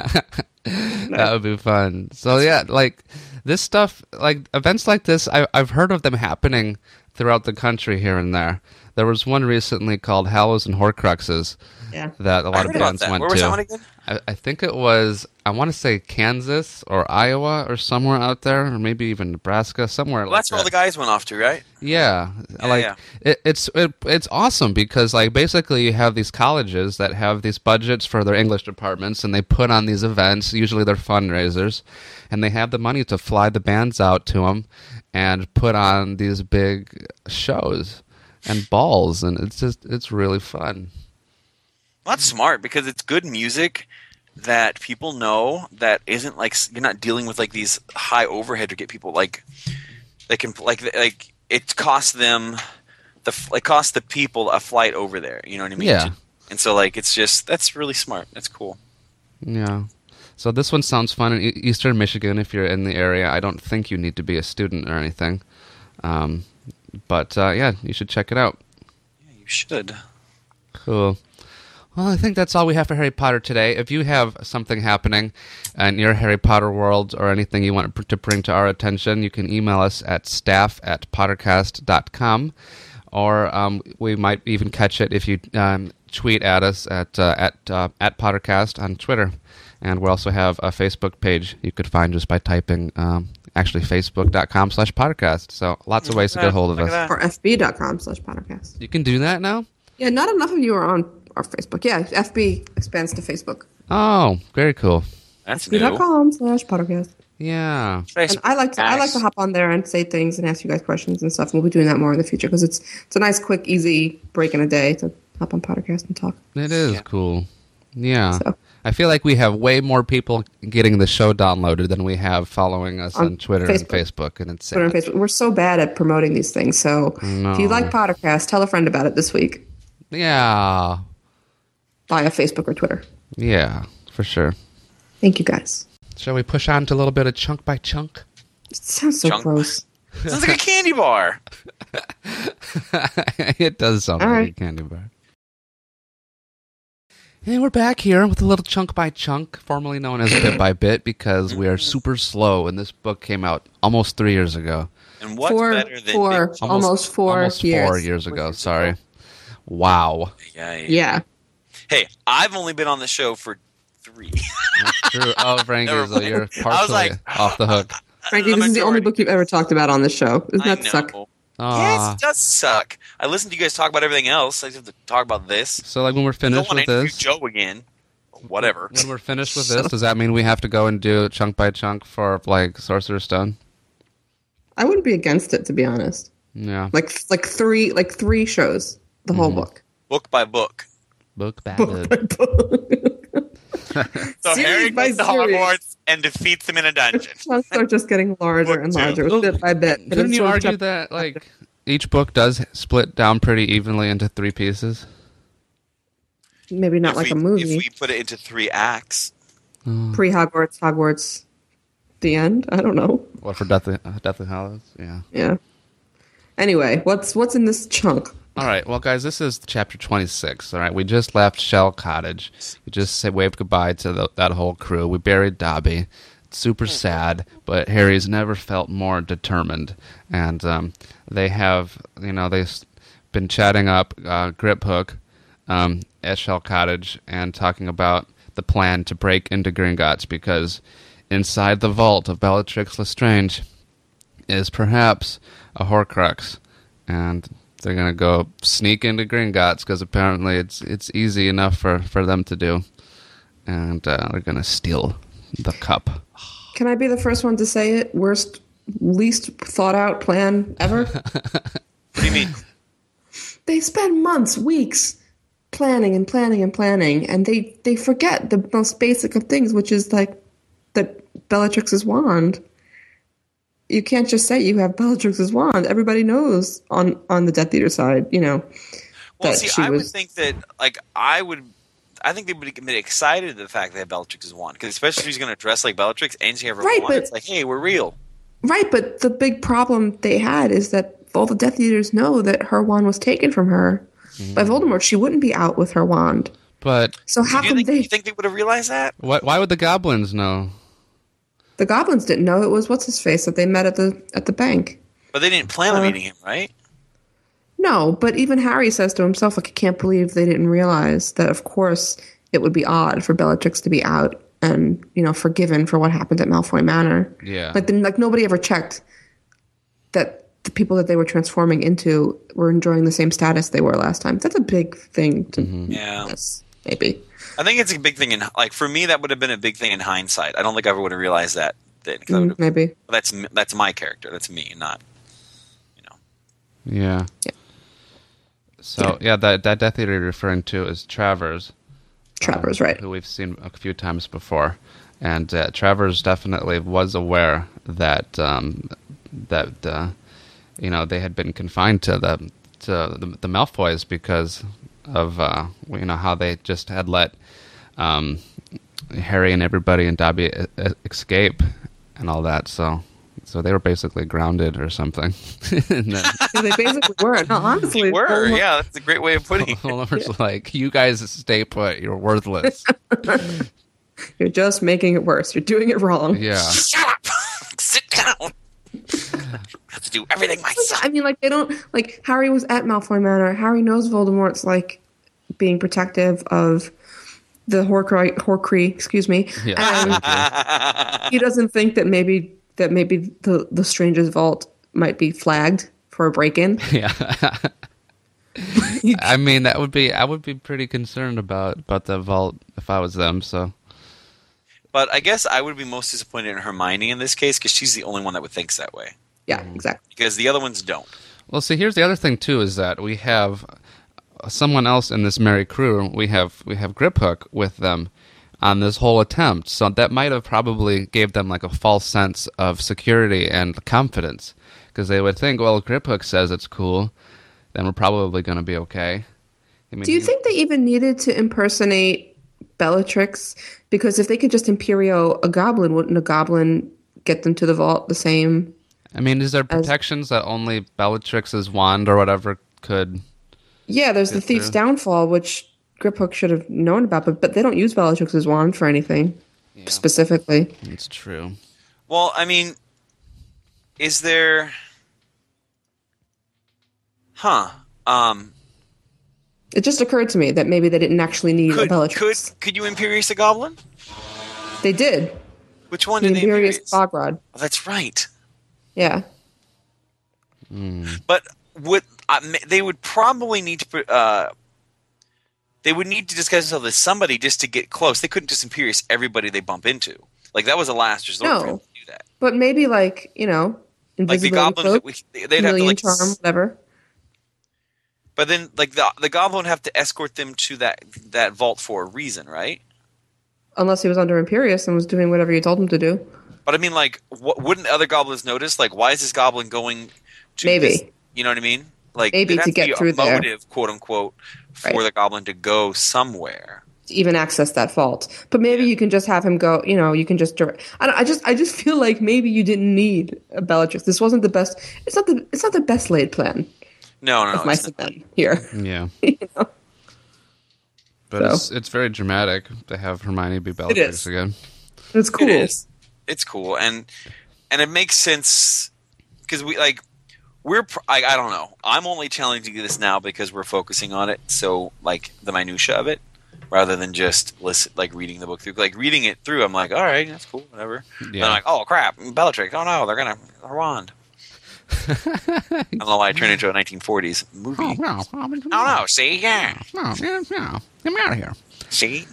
Speaker 6: nice.
Speaker 7: that would be fun. So yeah, like this stuff, like events like this, I, I've heard of them happening throughout the country here and there. There was one recently called Hallows and Horcruxes
Speaker 6: Yeah.
Speaker 7: that a lot
Speaker 8: I heard
Speaker 7: of
Speaker 8: about
Speaker 7: bands
Speaker 8: that.
Speaker 7: went
Speaker 8: Where was
Speaker 7: to.
Speaker 8: that one again?
Speaker 7: I, I think it was I want to say Kansas or Iowa or somewhere out there, or maybe even Nebraska, somewhere.
Speaker 8: Well, that's
Speaker 7: like
Speaker 8: where all
Speaker 7: that.
Speaker 8: the guys went off to, right?
Speaker 7: Yeah, like
Speaker 8: yeah.
Speaker 7: It, it's it, it's awesome because like basically you have these colleges that have these budgets for their English departments and they put on these events. Usually they're fundraisers, and they have the money to fly the bands out to them and put on these big shows and balls, and it's just it's really fun.
Speaker 8: Well, that's smart because it's good music that people know that isn't like s- you're not dealing with like these high overhead to get people like they can like like it costs them the f- it costs the people a flight over there. You know what I mean?
Speaker 7: Yeah.
Speaker 8: And so like it's just that's really smart. That's cool.
Speaker 7: Yeah. So this one sounds fun in E- Eastern Michigan if you're in the area. I don't think you need to be a student or anything, um, but uh, yeah, you should check it out.
Speaker 8: You should.
Speaker 7: Cool. Well, I think that's all we have for Harry Potter today. If you have something happening in your Harry Potter world or anything you want to bring to our attention, you can email us at staff at pottercast.com or um, we might even catch it if you um, tweet at us at, uh, at, uh, at pottercast on Twitter. And we also have a Facebook page you could find just by typing um, actually facebook.com slash podcast. So lots of ways to get a hold of
Speaker 8: Look at that.
Speaker 7: us.
Speaker 6: Or fb.com slash podcast.
Speaker 7: You can do that now?
Speaker 6: Yeah, not enough of you are on our Facebook. Yeah, FB expands to Facebook.
Speaker 7: Oh, very cool.
Speaker 8: That's new.
Speaker 6: FB.com slash podcast.
Speaker 7: Yeah.
Speaker 6: And I like to I like to hop on there and say things and ask you guys questions and stuff. And we'll be doing that more in the future because it's it's a nice, quick, easy break in a day to hop on podcast and talk.
Speaker 7: It is cool. Yeah.
Speaker 6: So-
Speaker 7: I feel like we have way more people getting the show downloaded than we have following us on,
Speaker 6: On
Speaker 7: Twitter and
Speaker 6: Facebook.
Speaker 7: Facebook, and it's sad.
Speaker 6: Twitter and Facebook. We're so bad at promoting these things. So if you
Speaker 7: No.
Speaker 6: like Pottercast, tell a friend about it this week
Speaker 7: Yeah,
Speaker 6: via Facebook or Twitter.
Speaker 7: yeah, for sure.
Speaker 6: Thank you guys.
Speaker 7: Shall we push on to a little bit of chunk by chunk? *laughs*
Speaker 6: It sounds so
Speaker 8: Junk.
Speaker 6: gross.
Speaker 8: Sounds like a candy bar.
Speaker 7: it does sound
Speaker 6: All
Speaker 7: like a
Speaker 6: right.
Speaker 7: candy bar. And we're back here with a little chunk by chunk, formerly known as bit by bit, because we are super slow. And this book came out almost three years ago.
Speaker 8: And what's
Speaker 6: Four-
Speaker 8: better than
Speaker 6: four. Almost four
Speaker 7: almost four
Speaker 6: years.
Speaker 7: years ago. Sorry. Wow.
Speaker 8: Yeah, yeah.
Speaker 6: Yeah.
Speaker 8: Hey, I've only been on the show for three. *laughs*
Speaker 7: True. Oh, Frank
Speaker 8: Never
Speaker 7: is
Speaker 8: mind.
Speaker 7: you're
Speaker 8: I was
Speaker 7: partially
Speaker 8: like-
Speaker 7: *laughs* off the hook.
Speaker 6: Frankie,
Speaker 8: The
Speaker 6: this is the only
Speaker 8: majority.
Speaker 6: book you've ever talked about on this show. Doesn't
Speaker 8: I
Speaker 6: that
Speaker 8: know.
Speaker 6: suck?
Speaker 7: Aw.
Speaker 8: Yes, it does suck. I listen to you guys talk about everything else. I just have to talk about this.
Speaker 7: So, like, when we're
Speaker 8: I don't
Speaker 7: finished
Speaker 8: want
Speaker 7: with
Speaker 8: to interview
Speaker 7: this,
Speaker 8: Joe again.
Speaker 6: *laughs*
Speaker 8: Whatever.
Speaker 7: when we're finished *laughs* with this, does that mean we have to go and do chunk by chunk for like Sorcerer's Stone?
Speaker 6: I wouldn't be against it to be honest.
Speaker 7: Yeah.
Speaker 6: Like like three like three shows, the whole book.
Speaker 8: Book by book.
Speaker 7: Book by
Speaker 6: Book *laughs*
Speaker 7: book.
Speaker 6: by book.
Speaker 8: So
Speaker 6: Series
Speaker 8: Harry
Speaker 6: by
Speaker 8: goes to
Speaker 6: series.
Speaker 8: Hogwarts and defeats them in a *laughs* dungeon.
Speaker 6: Chunks are just getting larger and
Speaker 8: Book two.
Speaker 6: larger, bit by bit. But
Speaker 7: Couldn't
Speaker 6: it's
Speaker 7: you
Speaker 6: sort of
Speaker 7: argue
Speaker 6: chapter-
Speaker 7: that like each book does split down pretty evenly into three pieces?
Speaker 6: maybe *laughs* not
Speaker 8: If
Speaker 6: like
Speaker 8: we-
Speaker 6: a movie?
Speaker 8: If we put it into three acts,
Speaker 6: Pre Hogwarts, Hogwarts, the end. I don't know.
Speaker 7: What for Deathly, uh, Deathly Hallows? Yeah.
Speaker 6: Yeah. Anyway, what's what's in this chunk?
Speaker 7: All right, well, guys, this is chapter 26. All right, we just left Shell Cottage. We just said, waved goodbye to the, that whole crew. We buried Dobby. It's super sad, but Harry's never felt more determined. And um, they have, you know, they've been chatting up uh, Grip Hook um, at Shell Cottage and talking about the plan to break into Gringotts because inside the vault of Bellatrix Lestrange, is perhaps a Horcrux, and they're gonna go sneak into Gringotts because apparently it's it's easy enough for for them to do, and uh, they're gonna steal the cup.
Speaker 6: Can I be the first one to say it? Worst, least thought out plan ever.
Speaker 8: what do you
Speaker 6: *laughs*
Speaker 8: mean?
Speaker 6: they spend months, weeks planning and planning and planning, and they they forget the most basic of things, which is like that Bellatrix's wand. You can't just say you have Bellatrix's wand. Everybody knows on on the Death Eater side, you know.
Speaker 8: Well,
Speaker 6: that
Speaker 8: see,
Speaker 6: she
Speaker 8: I would
Speaker 6: was-
Speaker 8: think that, like, I would, I think they would get excited at the fact that Bellatrix is one, because especially if she's going to dress like Bellatrix and she have her
Speaker 6: Right,
Speaker 8: wand,
Speaker 6: but-
Speaker 8: it's like, hey, we're real.
Speaker 6: Right, but the big problem they had is that all the Death Eaters know that her wand was taken from her by Voldemort. She wouldn't be out with her wand.
Speaker 7: But
Speaker 6: So how
Speaker 8: Mm-hmm. Do you
Speaker 6: come
Speaker 8: think,
Speaker 6: they?
Speaker 8: you think they would have realized that?
Speaker 7: why why would the goblins know?
Speaker 6: the goblins didn't know it was what's his face that they met at the at the bank.
Speaker 8: But they didn't
Speaker 6: Uh-huh.
Speaker 8: plan on meeting him, right?
Speaker 6: No, but even Harry says to himself, like, I can't believe they didn't realize that. Of course, it would be odd for Bellatrix to be out and you know forgiven for what happened at Malfoy Manor.
Speaker 7: Yeah.
Speaker 6: But then, like, nobody ever checked that the people that they were transforming into were enjoying the same status they were last time. That's a big thing to
Speaker 8: Yeah.
Speaker 6: miss, maybe.
Speaker 8: I think it's a big thing in, like, for me, that would have been a big thing in hindsight. I don't think I ever would have realized that then. 'cause I would've-
Speaker 6: Maybe.
Speaker 8: that's, m- that's my character. That's me, not, you know.
Speaker 7: Yeah. So yeah, that that Death Eater you're referring to is Travers.
Speaker 6: Trevor's
Speaker 8: *laughs*
Speaker 6: right.
Speaker 7: who we've seen a few times before, and uh, Travers definitely was aware that um, that uh, you know they had been confined to the to the, the Malfoys because of uh, you know how they just had let um, Harry and everybody and Dobby e- e- escape and all that, so. So they were basically grounded or something. *laughs* and then
Speaker 6: they basically were. No, honestly.
Speaker 8: They were,
Speaker 6: Voldemort-
Speaker 8: yeah. That's a great way of putting
Speaker 6: *laughs*
Speaker 8: it.
Speaker 7: Voldemort's like, "You guys stay put. You're worthless."
Speaker 6: You're just making it worse. You're doing it wrong.
Speaker 7: Yeah.
Speaker 8: Shut up! *laughs* Sit down! *laughs* I have to do everything myself.
Speaker 6: I mean, like they don't like Harry was at Malfoy Manor. Harry knows Voldemort's like being protective of the Horcrux, Horcrux, excuse me.
Speaker 7: Yeah.
Speaker 6: And he doesn't think that maybe that maybe the the Stranger's vault might be flagged for a break in.
Speaker 7: Yeah. I mean, that would be I would be pretty concerned about about the vault if I was them. So
Speaker 8: But I guess I would be most disappointed in Hermione in this case because she's the only one that would thinks that way.
Speaker 6: Yeah, exactly.
Speaker 8: Because the other ones don't.
Speaker 7: Well, see, here's the other thing too is that we have someone else in this merry crew. We have we have Grip Hook with them on this whole attempt, so that might have probably gave them like a false sense of security and confidence because they would think, well, Grip Hook says it's cool, then we're probably going to be okay. I mean,
Speaker 6: Do you think they even needed to impersonate Bellatrix? Because if they could just Imperio a goblin, wouldn't a goblin get them to the vault the same?
Speaker 7: I mean, is there protections that only Bellatrix's wand or whatever could?
Speaker 6: Yeah, there's the thief's downfall, which Grip Hook should have known about, but but they don't use Bellatrix's wand for anything specifically.
Speaker 7: It's true.
Speaker 8: Well, I mean, is there? Huh. Um.
Speaker 6: It just occurred to me that maybe they didn't actually need a
Speaker 8: Could could
Speaker 6: Bellatrix.
Speaker 8: could you Imperius a goblin?
Speaker 6: They did.
Speaker 8: Which one
Speaker 6: The
Speaker 8: did they
Speaker 6: Imperious
Speaker 8: Imperius?
Speaker 6: Bogrod.
Speaker 8: Oh, that's right.
Speaker 6: Yeah.
Speaker 8: But would I, ma- they would probably need to put, uh, they would need to discuss themselves with somebody just to get close. They couldn't just Imperius everybody they bump into. Like that was a last resort for
Speaker 6: No.
Speaker 8: them to do that.
Speaker 6: But maybe like, you know,
Speaker 8: Like the
Speaker 6: invisibility
Speaker 8: goblin,
Speaker 6: cloak,
Speaker 8: we, they'd have to
Speaker 6: chameleon
Speaker 8: like,
Speaker 6: charm,
Speaker 8: s-
Speaker 6: whatever.
Speaker 8: but then like the the goblin would have to escort them to that that vault for a reason, right?
Speaker 6: Unless he was under Imperius and was doing whatever you told him to do.
Speaker 8: But I mean, like, what, wouldn't other goblins notice? Like, why is this goblin going? to
Speaker 6: Maybe.
Speaker 8: this- you know what I mean? Like,
Speaker 6: Maybe
Speaker 8: there'd have
Speaker 6: to get
Speaker 8: be
Speaker 6: through
Speaker 8: a
Speaker 6: there.
Speaker 8: motive, quote unquote, for
Speaker 6: Right.
Speaker 8: the goblin to go somewhere.
Speaker 6: to even access that fault. But maybe you can just have him go. You know, you can just direct. I, don't, I just, I just feel like maybe you didn't need a Bellatrix. This wasn't the best. It's not the, it's not the best laid plan.
Speaker 8: No, no,
Speaker 6: That's
Speaker 8: no.
Speaker 6: my
Speaker 8: Oh, it's not.
Speaker 6: suggestion here. *laughs*
Speaker 7: Yeah.
Speaker 6: you know?
Speaker 7: But
Speaker 6: So.
Speaker 7: it's, it's very dramatic to have Hermione be Bellatrix
Speaker 6: is.
Speaker 7: again.
Speaker 6: It's cool.
Speaker 8: It is. It's cool, and and it makes sense because we like we're. pr- I, I don't know. I'm only challenging this now because we're focusing on it. So like the minutia of it, rather than just listen, like reading the book through. Like reading it through, I'm like, all right, that's cool, whatever. And
Speaker 7: Yeah.
Speaker 8: I'm like, oh crap, Bellatrix. Oh no, they're gonna her wand. I don't know why I turned into a 1940s movie.
Speaker 7: *laughs*
Speaker 8: I
Speaker 7: no.
Speaker 8: don't know. See, yeah,
Speaker 7: No, no, no. I'm out of here.
Speaker 8: see.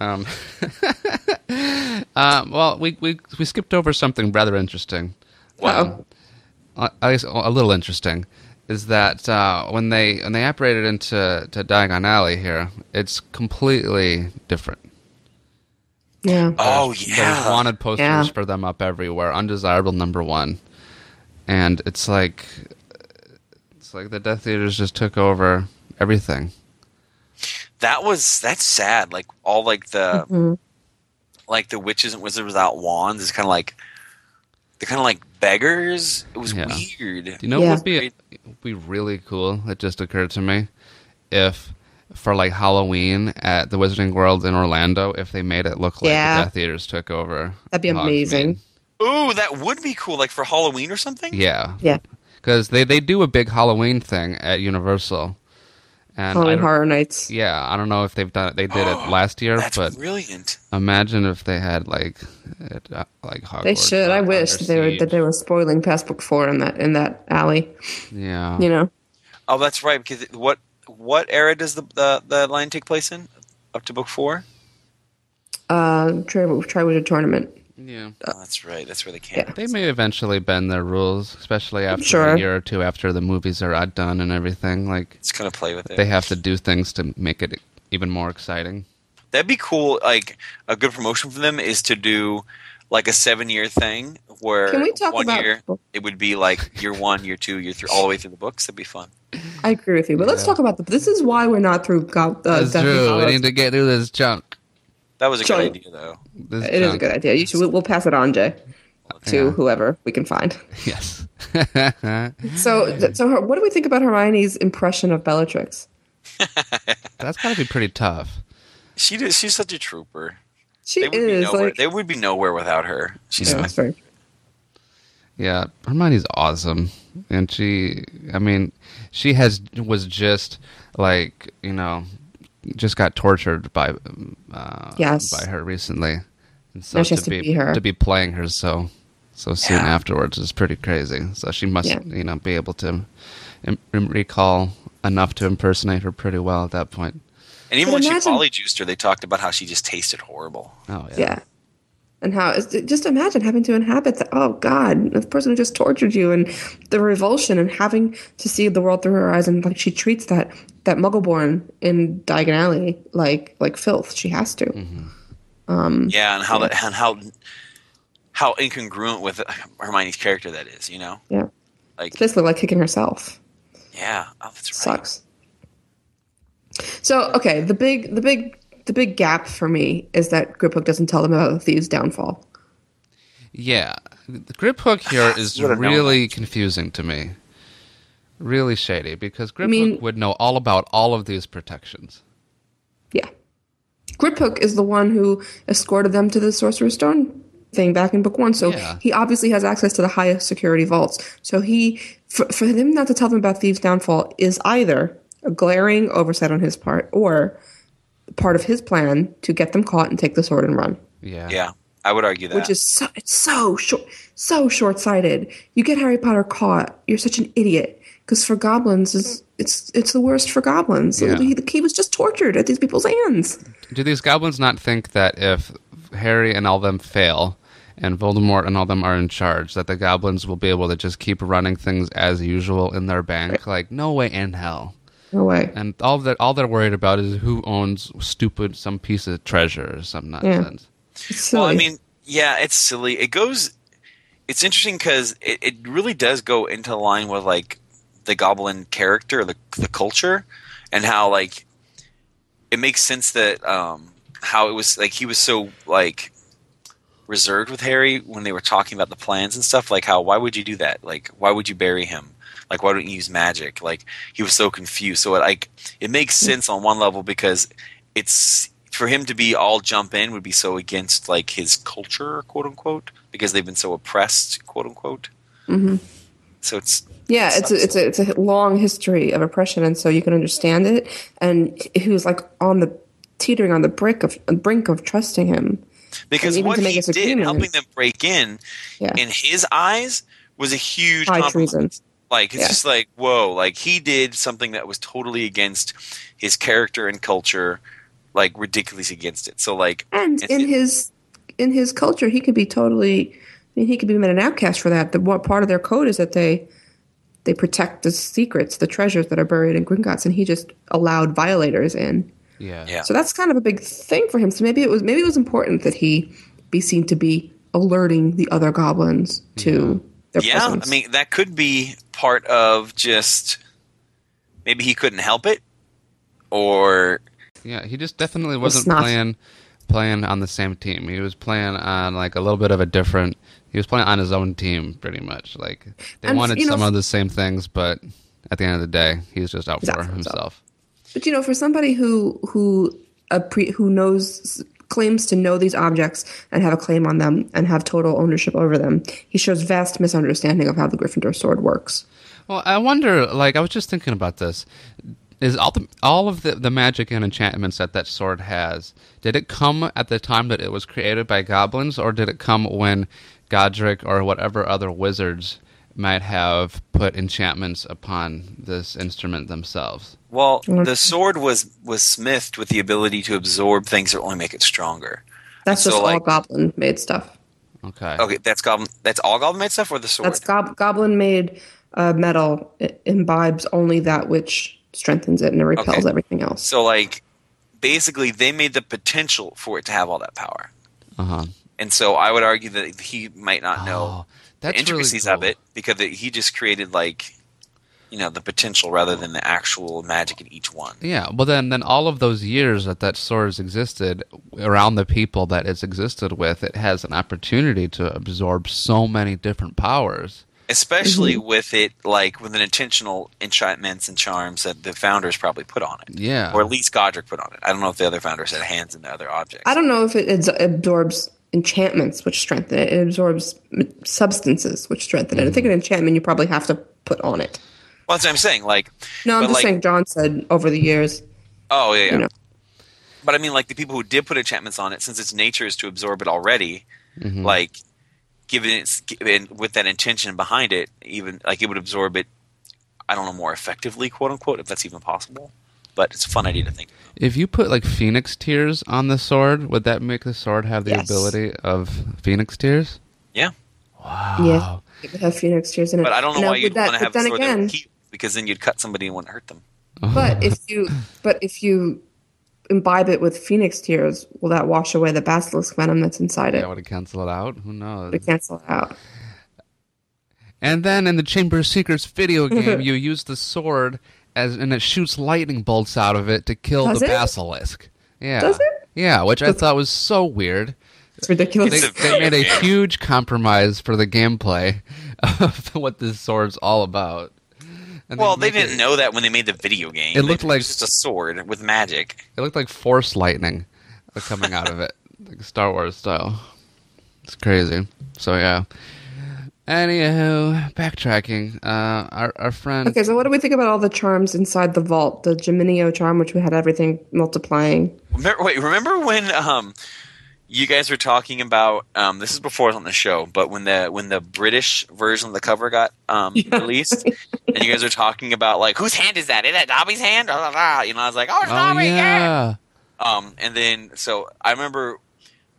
Speaker 7: Um, *laughs* uh, well, we, we, we skipped over something rather interesting.
Speaker 6: Wow.
Speaker 7: uh, at least a little interesting, is that uh, when they when they operated into to Diagon Alley here, it's completely different.
Speaker 6: Yeah.
Speaker 8: Oh
Speaker 7: There's
Speaker 8: yeah.
Speaker 7: wanted posters
Speaker 6: Yeah.
Speaker 7: for them up everywhere. Undesirable number one, and it's like it's like the Death Eaters just took over everything.
Speaker 8: that was that's sad. Like all like the
Speaker 6: Mm-hmm.
Speaker 8: like the witches and wizards without wands is kind of like they're kind of like beggars. It was
Speaker 7: Yeah.
Speaker 8: weird.
Speaker 7: Do you know
Speaker 6: Yeah.
Speaker 7: what would be would be really cool? It just occurred to me if for like Halloween at the Wizarding World in Orlando, if they made it look like
Speaker 6: Yeah.
Speaker 7: the Death Eaters took over,
Speaker 6: That'd be
Speaker 7: Hogsmeade.
Speaker 6: amazing.
Speaker 8: Ooh, that would be cool. Like for Halloween or something.
Speaker 7: Yeah,
Speaker 6: Yeah.
Speaker 7: because they, they do a big Halloween thing at Universal, and I
Speaker 6: Halloween
Speaker 7: don't-
Speaker 6: Horror Nights.
Speaker 7: yeah, I don't know if they've done it. They did it last year,
Speaker 8: That's
Speaker 7: but
Speaker 8: brilliant.
Speaker 7: imagine if they had like it, uh, like Hogwarts.
Speaker 6: They should. I
Speaker 7: under
Speaker 6: wish that they were
Speaker 7: siege.
Speaker 6: that they were spoiling past book four in that in that alley.
Speaker 7: yeah,
Speaker 6: You know,
Speaker 8: Oh, that's right. Because it- what what era does the the, the line take place in? Up to book four.
Speaker 6: uh, try Triwizard Tournament.
Speaker 7: yeah.
Speaker 8: Oh, that's right. That's where they came.
Speaker 6: Uh, Yeah.
Speaker 7: They may eventually bend their rules, especially after
Speaker 6: sure.
Speaker 7: a year or two after the movies are uh, done and everything. Like
Speaker 8: It's gonna play with it.
Speaker 7: they have to do things to make it even more exciting.
Speaker 8: That'd be cool. Like a good promotion for them is to do like a seven year thing where
Speaker 6: Can we talk
Speaker 8: one
Speaker 6: about-
Speaker 8: year it would be like year one, year two, year three, all the way through the books. That'd be fun.
Speaker 6: I agree with you, but let's talk about the. This is why we're not through. God, uh,
Speaker 7: That's
Speaker 6: Deathly
Speaker 7: true. We
Speaker 6: Hallows.
Speaker 7: need to get through this junk.
Speaker 8: That was a
Speaker 6: Sure.
Speaker 8: good idea though.
Speaker 7: This
Speaker 6: It is a
Speaker 7: junk.
Speaker 6: good idea. You should. We'll pass it on, Jay, to
Speaker 7: Yeah.
Speaker 6: whoever we can find.
Speaker 7: Yes.
Speaker 6: So, th- so her, what do we think about Hermione's impression of Bellatrix?
Speaker 7: *laughs* That's got to be pretty tough.
Speaker 8: She did, she's such a trooper.
Speaker 6: She
Speaker 8: They would be
Speaker 6: is
Speaker 8: nowhere.
Speaker 6: like.
Speaker 8: they would be nowhere without her. She's
Speaker 6: Yeah,
Speaker 8: my-
Speaker 6: it's very-
Speaker 7: Yeah, Hermione's awesome, and she, I mean, she has was just like you know, just got tortured by uh,
Speaker 6: Yes.
Speaker 7: by her recently, and so
Speaker 6: Now she has to
Speaker 7: be
Speaker 6: be her.
Speaker 7: to be playing her so so soon
Speaker 8: Yeah.
Speaker 7: afterwards is pretty crazy. So she must
Speaker 6: Yeah.
Speaker 7: you know be able to im- im- recall enough to impersonate her pretty well at that point.
Speaker 8: and even when
Speaker 6: But
Speaker 8: she
Speaker 6: imagine-
Speaker 8: polyjuiced her, they talked about how she just tasted horrible.
Speaker 7: Oh yeah,
Speaker 6: yeah. and how it's, just imagine having to inhabit that. Oh God, the person who just tortured you and the revulsion and having to see the world through her eyes and like she treats that that Muggleborn in Diagon Alley like like filth. She has to. Mm.
Speaker 8: Yeah, and how that and how how incongruent with Hermione's character that is, you know?
Speaker 6: Yeah,
Speaker 8: Like,
Speaker 6: it's basically like kicking herself.
Speaker 8: yeah, oh, that's right.
Speaker 6: Sucks. So okay, the big the big the big gap for me is that Griphook doesn't tell them about the thieves' downfall.
Speaker 7: Yeah, the grip hook *laughs* here is
Speaker 8: Would've known
Speaker 7: really confusing to me. Really shady because grip
Speaker 6: mean-
Speaker 7: hook would know all about all of these protections.
Speaker 6: Yeah. Griphook is the one who escorted them to the Sorcerer's Stone thing back in book one. So
Speaker 7: Yeah.
Speaker 6: he obviously has access to the highest security vaults. So he, for, for him not to tell them about Thieves' downfall is either a glaring oversight on his part or part of his plan to get them caught and take the sword and run.
Speaker 7: Yeah,
Speaker 8: Yeah, I would argue that.
Speaker 6: Which is so it's so short, so short-sighted. You get Harry Potter caught. You're such an idiot. Because for goblins, is it's it's the worst for goblins.
Speaker 7: Yeah.
Speaker 6: He, he was just tortured at these people's hands.
Speaker 7: Do these goblins not think that if Harry and all them fail, and Voldemort and all them are in charge, that the goblins will be able to just keep running things as usual in their bank? Like, no way in hell.
Speaker 6: No way.
Speaker 7: And all that all they're worried about is who owns stupid some piece of treasure or some nonsense.
Speaker 6: Silly.
Speaker 8: Well, I mean, yeah, it's silly. It goes. It's interesting because it, it really does go into line with like the goblin character, the the culture, and how like it makes sense that um how it was like he was so like reserved with Harry when they were talking about the plans and stuff. Like how why would you do that? Like why would you bury him? Like why don't you use magic? Like he was so confused. So it, like it makes
Speaker 6: Hmm.
Speaker 8: sense on one level because it's for him to be all jump in would be so against like his culture, quote unquote, because they've been so oppressed, quote unquote. Mm-hmm. So it's
Speaker 6: yeah, it's a, it's a it's a long history of oppression, and so you can understand it. And he was like on the teetering on the brink of brink of trusting him.
Speaker 8: because
Speaker 6: even
Speaker 8: what
Speaker 6: to make
Speaker 8: he
Speaker 6: us a
Speaker 8: did,
Speaker 6: human.
Speaker 8: helping them break in,
Speaker 6: Yeah.
Speaker 8: in his eyes, was a huge
Speaker 6: High
Speaker 8: compliment.
Speaker 6: treason.
Speaker 8: Like it's
Speaker 6: Yeah.
Speaker 8: just like whoa, like he did something that was totally against his character and culture, like ridiculously against it. So like
Speaker 6: And
Speaker 8: it's-
Speaker 6: in
Speaker 8: it-
Speaker 6: his in his culture, he could be totally. I mean, he could be made an outcast for that. The what part of their code is that they they protect the secrets, the treasures that are buried in Gringotts, and he just allowed violators in.
Speaker 7: Yeah.
Speaker 8: Yeah.
Speaker 6: So that's kind of a big thing for him. So maybe it was maybe it was important that he be seen to be alerting the other goblins to their
Speaker 8: yeah,
Speaker 6: presence.
Speaker 8: I mean that could be part of just maybe he couldn't help it, or
Speaker 7: Yeah, he just definitely wasn't
Speaker 6: not-
Speaker 7: playing playing on the same team. He was playing on like a little bit of a different. He was playing on his own team, pretty much. Like they
Speaker 6: And,
Speaker 7: wanted
Speaker 6: you know,
Speaker 7: some
Speaker 6: f-
Speaker 7: of the same things, but at the end of the day, he was just out
Speaker 6: He's out
Speaker 7: for
Speaker 6: for himself.
Speaker 7: himself.
Speaker 6: But you know, for somebody who who appre- who knows claims to know these objects and have a claim on them and have total ownership over them, he shows vast misunderstanding of how the Gryffindor sword works.
Speaker 7: Well, I wonder. Like I was just thinking about this. Is all the, all of the, the magic and enchantments that that sword has? Did it come at the time that it was created by goblins, or did it come when Godric or whatever other wizards might have put enchantments upon this instrument themselves?
Speaker 8: well,
Speaker 6: Mm-hmm.
Speaker 8: the sword was was smithed with the ability to absorb things that only make it stronger.
Speaker 6: That's
Speaker 8: So,
Speaker 6: just all
Speaker 8: like-
Speaker 6: goblin made stuff.
Speaker 7: Okay.
Speaker 8: Okay, that's goblin. That's all goblin made stuff, or the sword.
Speaker 6: That's gob- goblin made uh, metal it imbibes only that which strengthens it and it repels
Speaker 8: Okay.
Speaker 6: everything else.
Speaker 8: so like basically they made the potential for it to have all that power,
Speaker 7: Uh huh.
Speaker 8: and so I would argue that he might not know the
Speaker 7: Oh, that's really
Speaker 8: intricacies of
Speaker 7: cool.
Speaker 8: it because it, he just created like you know the potential rather than the actual magic in each one.
Speaker 7: Yeah. Well, then, then all of those years that that sword has existed around the people that it's existed with, it has an opportunity to absorb so many different powers.
Speaker 8: especially
Speaker 7: Mm-hmm.
Speaker 8: with it like with an intentional enchantments and charms that the founders probably put on it
Speaker 7: Yeah.
Speaker 8: or at least godric put on it i don't know if the other founders had hands in the other objects
Speaker 6: I don't know if it abs- absorbs enchantments, which strengthen it. It absorbs m- substances, which strengthen it. I think
Speaker 8: Mm-hmm.
Speaker 6: an enchantment you probably have to put on it.
Speaker 8: well, that's what i'm saying like
Speaker 6: No, I'm
Speaker 8: but
Speaker 6: just
Speaker 8: like
Speaker 6: saying John said over the years.
Speaker 8: oh yeah, yeah.
Speaker 6: know.
Speaker 8: but i mean like the people who did put enchantments on it since its nature is to absorb it already
Speaker 7: Mm-hmm.
Speaker 8: like given it's given with that intention behind it even like it would absorb it i don't know more effectively quote unquote if that's even possible But it's a fun idea to think.
Speaker 7: If you put like phoenix tears on the sword, would that make the sword have the
Speaker 5: Yes.
Speaker 7: ability of phoenix tears?
Speaker 8: Yeah,
Speaker 6: Yeah. It could have Phoenix tears in it.
Speaker 8: but I don't know
Speaker 6: Now,
Speaker 8: why
Speaker 6: would
Speaker 8: you'd
Speaker 6: that-
Speaker 8: want to have
Speaker 6: but
Speaker 8: a
Speaker 6: then
Speaker 8: sword that
Speaker 6: again,
Speaker 8: would heal, because then you'd cut somebody and wouldn't hurt them.
Speaker 6: But if you but if you imbibe it with phoenix tears, will that wash away the basilisk venom that's inside it?
Speaker 7: That would cancel it out. Who knows?
Speaker 6: to cancel it out.
Speaker 7: And then in the Chamber of Secrets
Speaker 6: *laughs*
Speaker 7: video game, you use the sword as and it shoots lightning bolts out of it to kill
Speaker 6: Does
Speaker 7: the
Speaker 6: it?
Speaker 7: basilisk. Yeah.
Speaker 6: Does it?
Speaker 7: Yeah, which I thought was so weird.
Speaker 6: It's ridiculous.
Speaker 7: They, they made a huge compromise for the gameplay of *laughs* what this sword's all about. And
Speaker 8: Well, they
Speaker 7: make
Speaker 8: didn't
Speaker 7: it,
Speaker 8: know that when they made the video game.
Speaker 7: It
Speaker 8: They
Speaker 7: looked
Speaker 8: thought
Speaker 7: like-
Speaker 8: was just a sword with magic.
Speaker 7: It looked like force lightning coming out
Speaker 8: *laughs*
Speaker 7: of it, like Star Wars style. It's crazy. So yeah. Anywho, backtracking. Uh, our our friend
Speaker 6: Okay, so what do we think about all the charms inside the vault? The Geminio charm, which we had everything multiplying.
Speaker 8: Remember, wait, remember when um, you guys were talking about um, this is before it was on the show, but when the when the British version of the cover got um, released, and you guys were talking about like whose hand is that? Is that Dobby's hand? Blah, blah, blah. You know, I was like, oh, it's
Speaker 7: Oh
Speaker 8: Dobby, yeah.
Speaker 7: yeah.
Speaker 8: Um, and then so I remember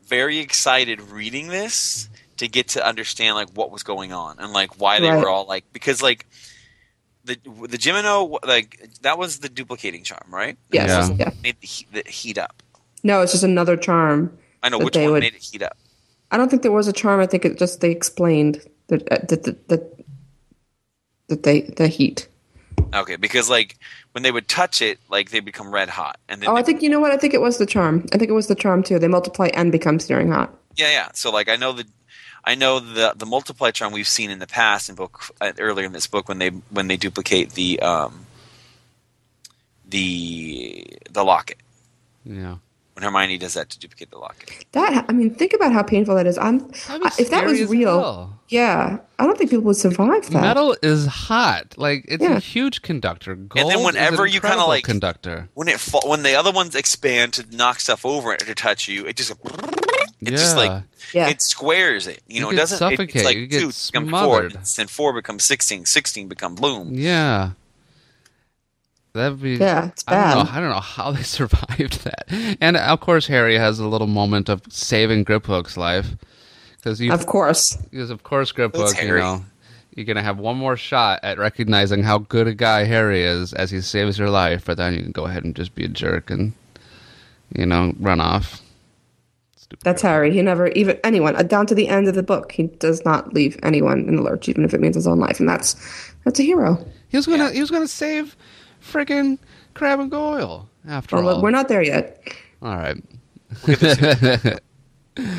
Speaker 8: very excited reading this to get to understand like what was going on and like why they
Speaker 6: Right.
Speaker 8: were all like because like the the Gemino like that was the duplicating charm, right?
Speaker 6: Yes.
Speaker 7: Yeah.
Speaker 6: Yeah.
Speaker 8: Made the heat, the heat up.
Speaker 6: No, it's just another charm.
Speaker 8: I know
Speaker 6: That
Speaker 8: which
Speaker 6: they
Speaker 8: one
Speaker 6: would-
Speaker 8: made it heat up.
Speaker 6: I don't think there was a charm. I think it just they explained uh, that that that that, that they the heat.
Speaker 8: Okay, because like when they would touch it, like they become red hot, and then
Speaker 6: Oh,
Speaker 8: they-
Speaker 6: I think you know what? I think it was the charm. I think it was the charm too. They multiply and become searing hot.
Speaker 8: yeah, yeah. So like I know the. I know the the multiply charm we've seen in the past in book uh, earlier in this book when they when they duplicate the um the the locket
Speaker 7: Yeah.
Speaker 8: when Hermione does that to duplicate the locket.
Speaker 6: That I mean, think about how painful that is. I'm
Speaker 7: That'd
Speaker 6: I-
Speaker 7: be
Speaker 6: if that
Speaker 7: scary
Speaker 6: was
Speaker 7: as
Speaker 6: real,
Speaker 7: hell.
Speaker 6: yeah, I don't think people would survive that.
Speaker 7: Metal is hot. Like it's a
Speaker 6: Yeah.
Speaker 7: huge conductor. Gold
Speaker 8: then whenever
Speaker 7: is an
Speaker 8: you kinda,
Speaker 7: incredible
Speaker 8: like-
Speaker 7: conductor.
Speaker 8: When it fall, when the other ones expand to knock stuff over it or to touch you, it just it
Speaker 7: yeah.
Speaker 8: just like
Speaker 6: yeah,
Speaker 8: it squares it. You,
Speaker 7: You
Speaker 8: know, it
Speaker 7: get
Speaker 8: doesn't it-
Speaker 7: suffocate,
Speaker 8: It's like
Speaker 7: you get
Speaker 8: two become four,
Speaker 7: smothered.
Speaker 8: and then four becomes sixteen, sixteen become bloom.
Speaker 7: yeah. That'd be
Speaker 6: Yeah, it's
Speaker 7: I don't,
Speaker 6: bad.
Speaker 7: know, I don't know how they *laughs* survived that. And of course, Harry has a little moment of saving Griphook's life because you
Speaker 6: of course.
Speaker 7: because of course Griphook, you
Speaker 8: Harry.
Speaker 7: know, you're gonna have one more shot at recognizing how good a guy Harry is as he saves your life, but then you can go ahead and just be a jerk and you know run off. Stupid
Speaker 6: That's
Speaker 7: Griphook.
Speaker 6: Harry. He never even anyone uh, down to the end of the book. He does not leave anyone in the lurch, even if it means his own life, and that's that's a hero.
Speaker 7: He was gonna he was gonna save friggin' Crab and Goyle after
Speaker 6: Well,
Speaker 7: all.
Speaker 6: look, we're not there yet.
Speaker 7: all right.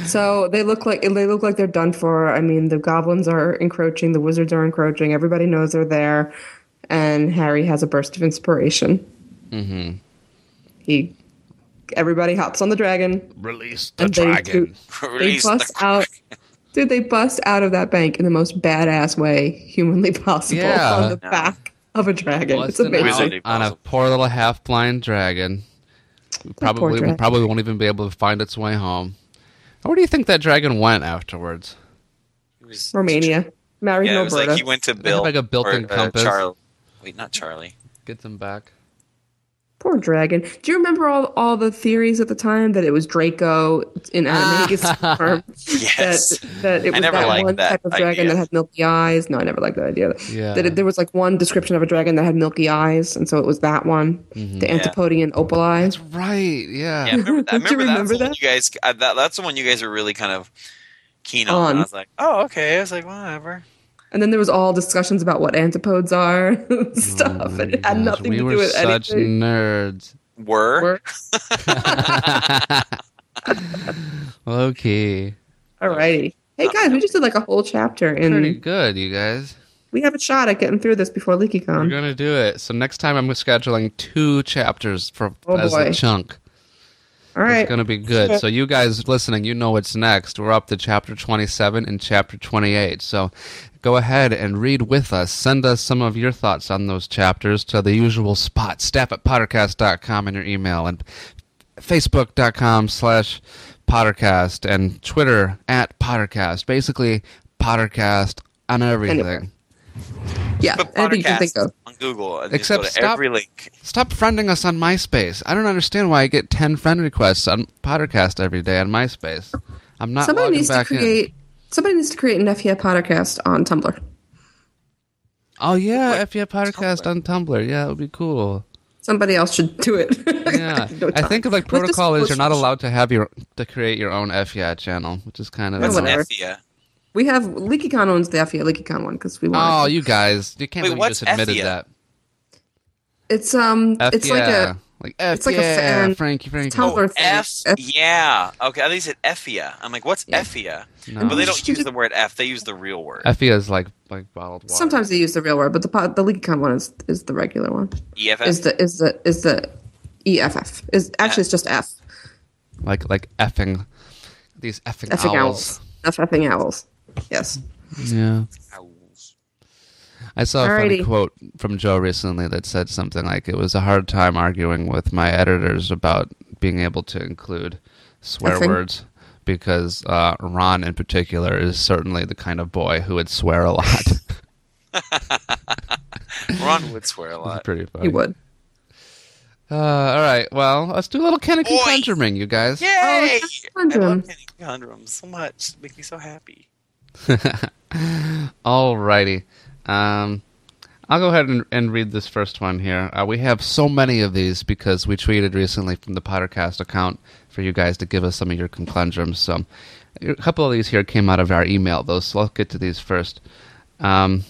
Speaker 6: So they look like they look like they're done for. I mean, the goblins are encroaching, the wizards are encroaching. Everybody knows they're there, and Harry has a burst of inspiration. Mm-hmm. He, everybody hops on the dragon.
Speaker 7: Release the
Speaker 6: and they do-
Speaker 8: *laughs*
Speaker 6: they
Speaker 8: Release the
Speaker 6: bust
Speaker 8: *laughs*
Speaker 6: out. Dude, they bust out of that bank in the most badass way humanly possible
Speaker 7: Yeah.
Speaker 6: on the back of a dragon. it's amazing.
Speaker 8: Wizard.
Speaker 7: on a poor little half blind dragon. We Probably we
Speaker 6: dragon.
Speaker 7: probably won't even be able to find its way home. Where do you think that dragon went afterwards?
Speaker 8: It was-
Speaker 6: Romania. Married
Speaker 8: Yeah,
Speaker 6: in
Speaker 8: it was
Speaker 6: Alberta.
Speaker 8: like he went to Bill.
Speaker 7: like a built-in
Speaker 8: or, uh,
Speaker 7: compass.
Speaker 8: Charlie. Wait, not
Speaker 6: *laughs*
Speaker 8: Charlie.
Speaker 7: Get them back.
Speaker 6: Poor dragon. Do you remember all, all the theories at the time that it was Draco in anime? gets
Speaker 8: *laughs*
Speaker 6: confirmed
Speaker 8: Yes.
Speaker 6: that, that it was
Speaker 8: never
Speaker 6: that
Speaker 8: liked
Speaker 6: one
Speaker 8: that
Speaker 6: type of dragon
Speaker 8: idea.
Speaker 6: that had milky eyes. No, I never liked that idea.
Speaker 7: Yeah.
Speaker 6: That it, there was like one description of a dragon that had milky eyes, and so it was that one, the Antipodean opal eyes.
Speaker 7: Mm-hmm. Right, yeah.
Speaker 8: Yeah, I
Speaker 6: *laughs*
Speaker 8: remember that. I
Speaker 6: Do
Speaker 8: remember,
Speaker 6: you
Speaker 8: that's
Speaker 6: remember
Speaker 8: the one
Speaker 6: that?
Speaker 8: you guys. Uh, that, that's the one you guys were really kind of keen on.
Speaker 6: On.
Speaker 8: I was like, oh, okay. I was like, whatever.
Speaker 6: And then there was all discussions about what antipodes are *laughs* and stuff, and it had
Speaker 7: Oh Gosh,
Speaker 6: nothing
Speaker 7: we
Speaker 6: to
Speaker 7: were
Speaker 6: do with
Speaker 7: such
Speaker 6: anything. *laughs*
Speaker 7: nerds. *laughs*
Speaker 8: Were.
Speaker 6: We're-
Speaker 7: Okay.
Speaker 6: Alrighty. Hey guys, we just did like a whole chapter,
Speaker 7: Pretty
Speaker 6: and
Speaker 7: good, you guys.
Speaker 6: we have a shot at getting through this before
Speaker 7: We're
Speaker 6: LeakyCon.
Speaker 7: gonna do it. So next time I'm scheduling two chapters for
Speaker 6: Oh,
Speaker 7: as a
Speaker 6: boy.
Speaker 7: chunk.
Speaker 6: All right.
Speaker 7: It's gonna be good. So you guys listening, you know what's next. We're up to chapter 27 and chapter 28. So go ahead and read with us. Send us some of your thoughts on those chapters to the usual spot, staff at pottercast.com in your email and facebook.com slash pottercast and Twitter at pottercast. Basically, pottercast on everything.
Speaker 6: Yeah,
Speaker 8: But
Speaker 6: anything you can think
Speaker 8: Pottercast
Speaker 6: of.
Speaker 8: on Google and
Speaker 7: Except
Speaker 8: just go to
Speaker 7: stop-
Speaker 8: every link.
Speaker 7: Stop friending us on MySpace. I don't understand why I get ten friend requests on Pottercast every day on MySpace. I'm not
Speaker 6: Somebody
Speaker 7: logging
Speaker 6: needs to
Speaker 7: back in.
Speaker 6: create. Somebody needs to create an FEA podcast on Tumblr.
Speaker 7: Oh yeah, if you have Pottercast on Tumblr, yeah, it would be
Speaker 8: *laughs*
Speaker 7: cool.
Speaker 6: Somebody else should do it. *laughs*
Speaker 7: Yeah, I think like protocol is you're not allowed to have your to create your own FEI channel, which is kind of
Speaker 8: That's an
Speaker 6: whatever.
Speaker 8: FEA.
Speaker 6: We have LeakyCon owns the FEA LeakyCon one because we
Speaker 7: oh,
Speaker 6: want.
Speaker 7: you guys, you can't
Speaker 8: Wait,
Speaker 7: believe you
Speaker 8: what's
Speaker 7: just admitted
Speaker 8: FEI?
Speaker 7: that.
Speaker 6: it's um,
Speaker 7: F
Speaker 6: it's
Speaker 7: yeah.
Speaker 6: like a
Speaker 7: like F
Speaker 6: it's like a
Speaker 7: yeah,
Speaker 6: fan-
Speaker 7: Frankie Frankie.
Speaker 6: Tumblr
Speaker 8: Oh,
Speaker 6: thing.
Speaker 8: F,
Speaker 6: F-
Speaker 8: yeah. Okay, I think you said FIA. I'm like, what's FIA?
Speaker 7: No.
Speaker 8: But they don't use the word F. They use the real word.
Speaker 7: FEI is like like bottled water.
Speaker 6: sometimes they use the real word, but the pod, the LeakyCon one is is the regular one.
Speaker 8: EFF.
Speaker 6: Is the is the is the EFF is actually it's just F.
Speaker 7: like like effing these effing,
Speaker 6: Effing owls.
Speaker 7: owls.
Speaker 6: F effing owls. Yes.
Speaker 7: Yeah. I saw a funny
Speaker 6: Alrighty.
Speaker 7: quote from Joe recently that said something like, "It was a hard time arguing with my editors about being able to include swear
Speaker 6: Effing.
Speaker 7: words because uh, Ron, in particular, is certainly the kind of boy who would swear a lot." *laughs*
Speaker 8: Ron would swear a lot.
Speaker 7: Pretty funny.
Speaker 6: You would.
Speaker 7: Uh, all right. Well, let's do a little Kennedy
Speaker 8: Boy.
Speaker 7: Conjuring, you guys.
Speaker 6: Oh,
Speaker 8: Yay! I love
Speaker 6: Conjurum.
Speaker 8: Kenny Condrum so much. Make me so happy.
Speaker 7: Alrighty. Um, I'll go ahead and, and read this first one here. Uh, we have so many of these because we tweeted recently from the Pottercast account for you guys to give us some of your conundrums. So a couple of these here came out of our email, though, so let's get to these first. Um,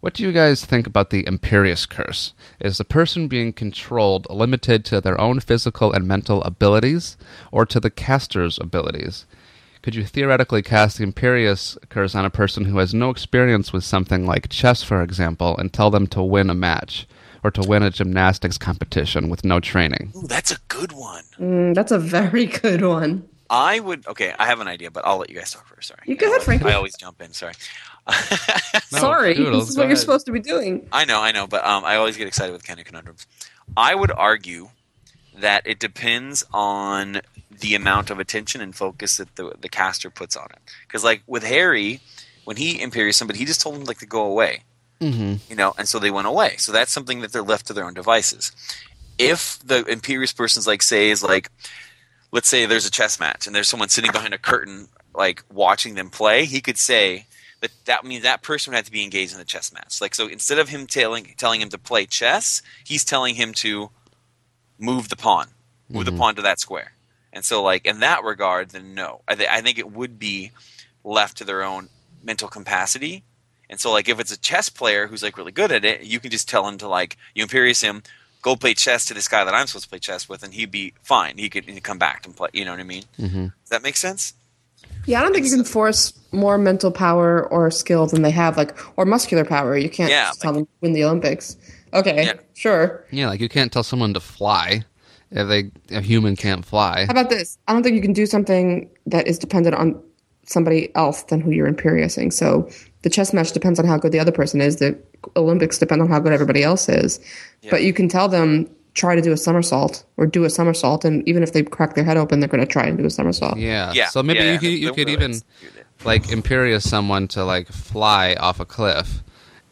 Speaker 7: what do you guys think about the Imperious Curse? Is the person being controlled limited to their own physical and mental abilities or to the caster's abilities? Could you theoretically cast the Imperious Curse on a person who has no experience with something like chess, for example, and tell them to win a match or to win a gymnastics competition with no training?
Speaker 8: Ooh, that's a good one.
Speaker 6: Mm, that's a very *laughs* good one.
Speaker 8: I would. Okay, I have an idea, but I'll let you guys talk first. Sorry.
Speaker 6: You go ahead, Frankie.
Speaker 8: I always jump in. Sorry.
Speaker 7: No,
Speaker 6: Sorry,
Speaker 7: Doodles,
Speaker 6: this is
Speaker 7: go
Speaker 6: what you're
Speaker 7: ahead.
Speaker 6: supposed to be doing.
Speaker 8: I know, I know, but um, I always get excited with Kenny conundrums. I would argue that it depends on the amount of attention and focus that the the caster puts on it. Because like with Harry, when he imperious somebody, he just told them like to go away. Mm-hmm. You know, and so they went away. So that's something that they're left to their own devices. If the imperious person's like say is like, let's say there's a chess match and there's someone sitting behind a curtain like watching them play, he could say that that means that person would have to be engaged in the chess match. Like so, instead of him telling telling him to play chess, he's telling him to move the pawn, move
Speaker 7: Mm-hmm.
Speaker 8: the pawn to that square. And so, like in that regard, then no, I, th- I think it would be left to their own mental capacity. And so, like if it's a chess player who's like really good at it, you can just tell him to like you imperious him, go play chess to this guy that I'm supposed to play chess with, and he'd be fine. He could he'd come back and play. You know what I mean? Mm-hmm. Does that make sense?
Speaker 6: Yeah, I don't think you can force more mental power or skill than they have, like or muscular power. You can't
Speaker 8: Yeah,
Speaker 6: just tell them to win the Olympics. Okay,
Speaker 8: Yeah.
Speaker 6: sure.
Speaker 7: Yeah, like you can't tell someone to fly if they a human can't fly.
Speaker 6: How about this? I don't think you can do something that is dependent on somebody else than who you're imperiousing. So the chess match depends on how good the other person is. The Olympics depend on how good everybody else is. But you can tell them try to do a somersault or do a somersault, and even if they crack their head open, they're going to try and do a somersault.
Speaker 7: Yeah.
Speaker 8: Yeah.
Speaker 7: Uh, So maybe
Speaker 8: Yeah,
Speaker 7: you could,
Speaker 8: yeah.
Speaker 7: you
Speaker 8: They
Speaker 7: could
Speaker 8: were
Speaker 7: even
Speaker 8: executed.
Speaker 7: like imperious someone to like fly off a cliff,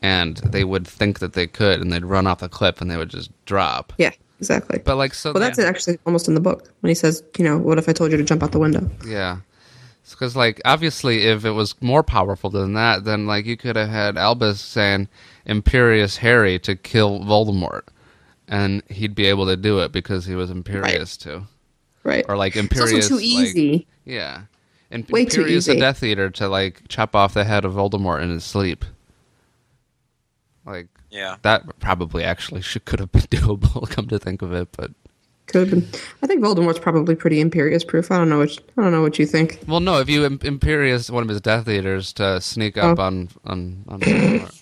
Speaker 7: and they would think that they could, and they'd run off the cliff, and they would just drop.
Speaker 6: Yeah, exactly.
Speaker 7: But like so.
Speaker 6: well, that's actually almost in the book when he says, you know, what if I told you to jump out the window?
Speaker 7: Yeah. Because, like, obviously, if it was more powerful than that, then, like, you could have had Albus saying Imperious Harry to kill Voldemort. And he'd be able to do it because he was imperious too,
Speaker 6: Right.
Speaker 7: or like
Speaker 6: it's
Speaker 7: imperious.
Speaker 6: also too
Speaker 7: like-
Speaker 6: easy.
Speaker 7: yeah, and
Speaker 6: Way too
Speaker 7: imperious the
Speaker 6: easy.
Speaker 7: Death Eater to like chop off the head of Voldemort in his sleep. Like
Speaker 8: Yeah.
Speaker 7: that probably actually should, could have been *laughs* doable. Come to think of it, but
Speaker 6: Could have been. I think Voldemort's probably pretty imperious proof. I don't know what I don't know what you think.
Speaker 7: Well, no. If you im- imperious one of his Death Eaters to sneak up on on, on Voldemort.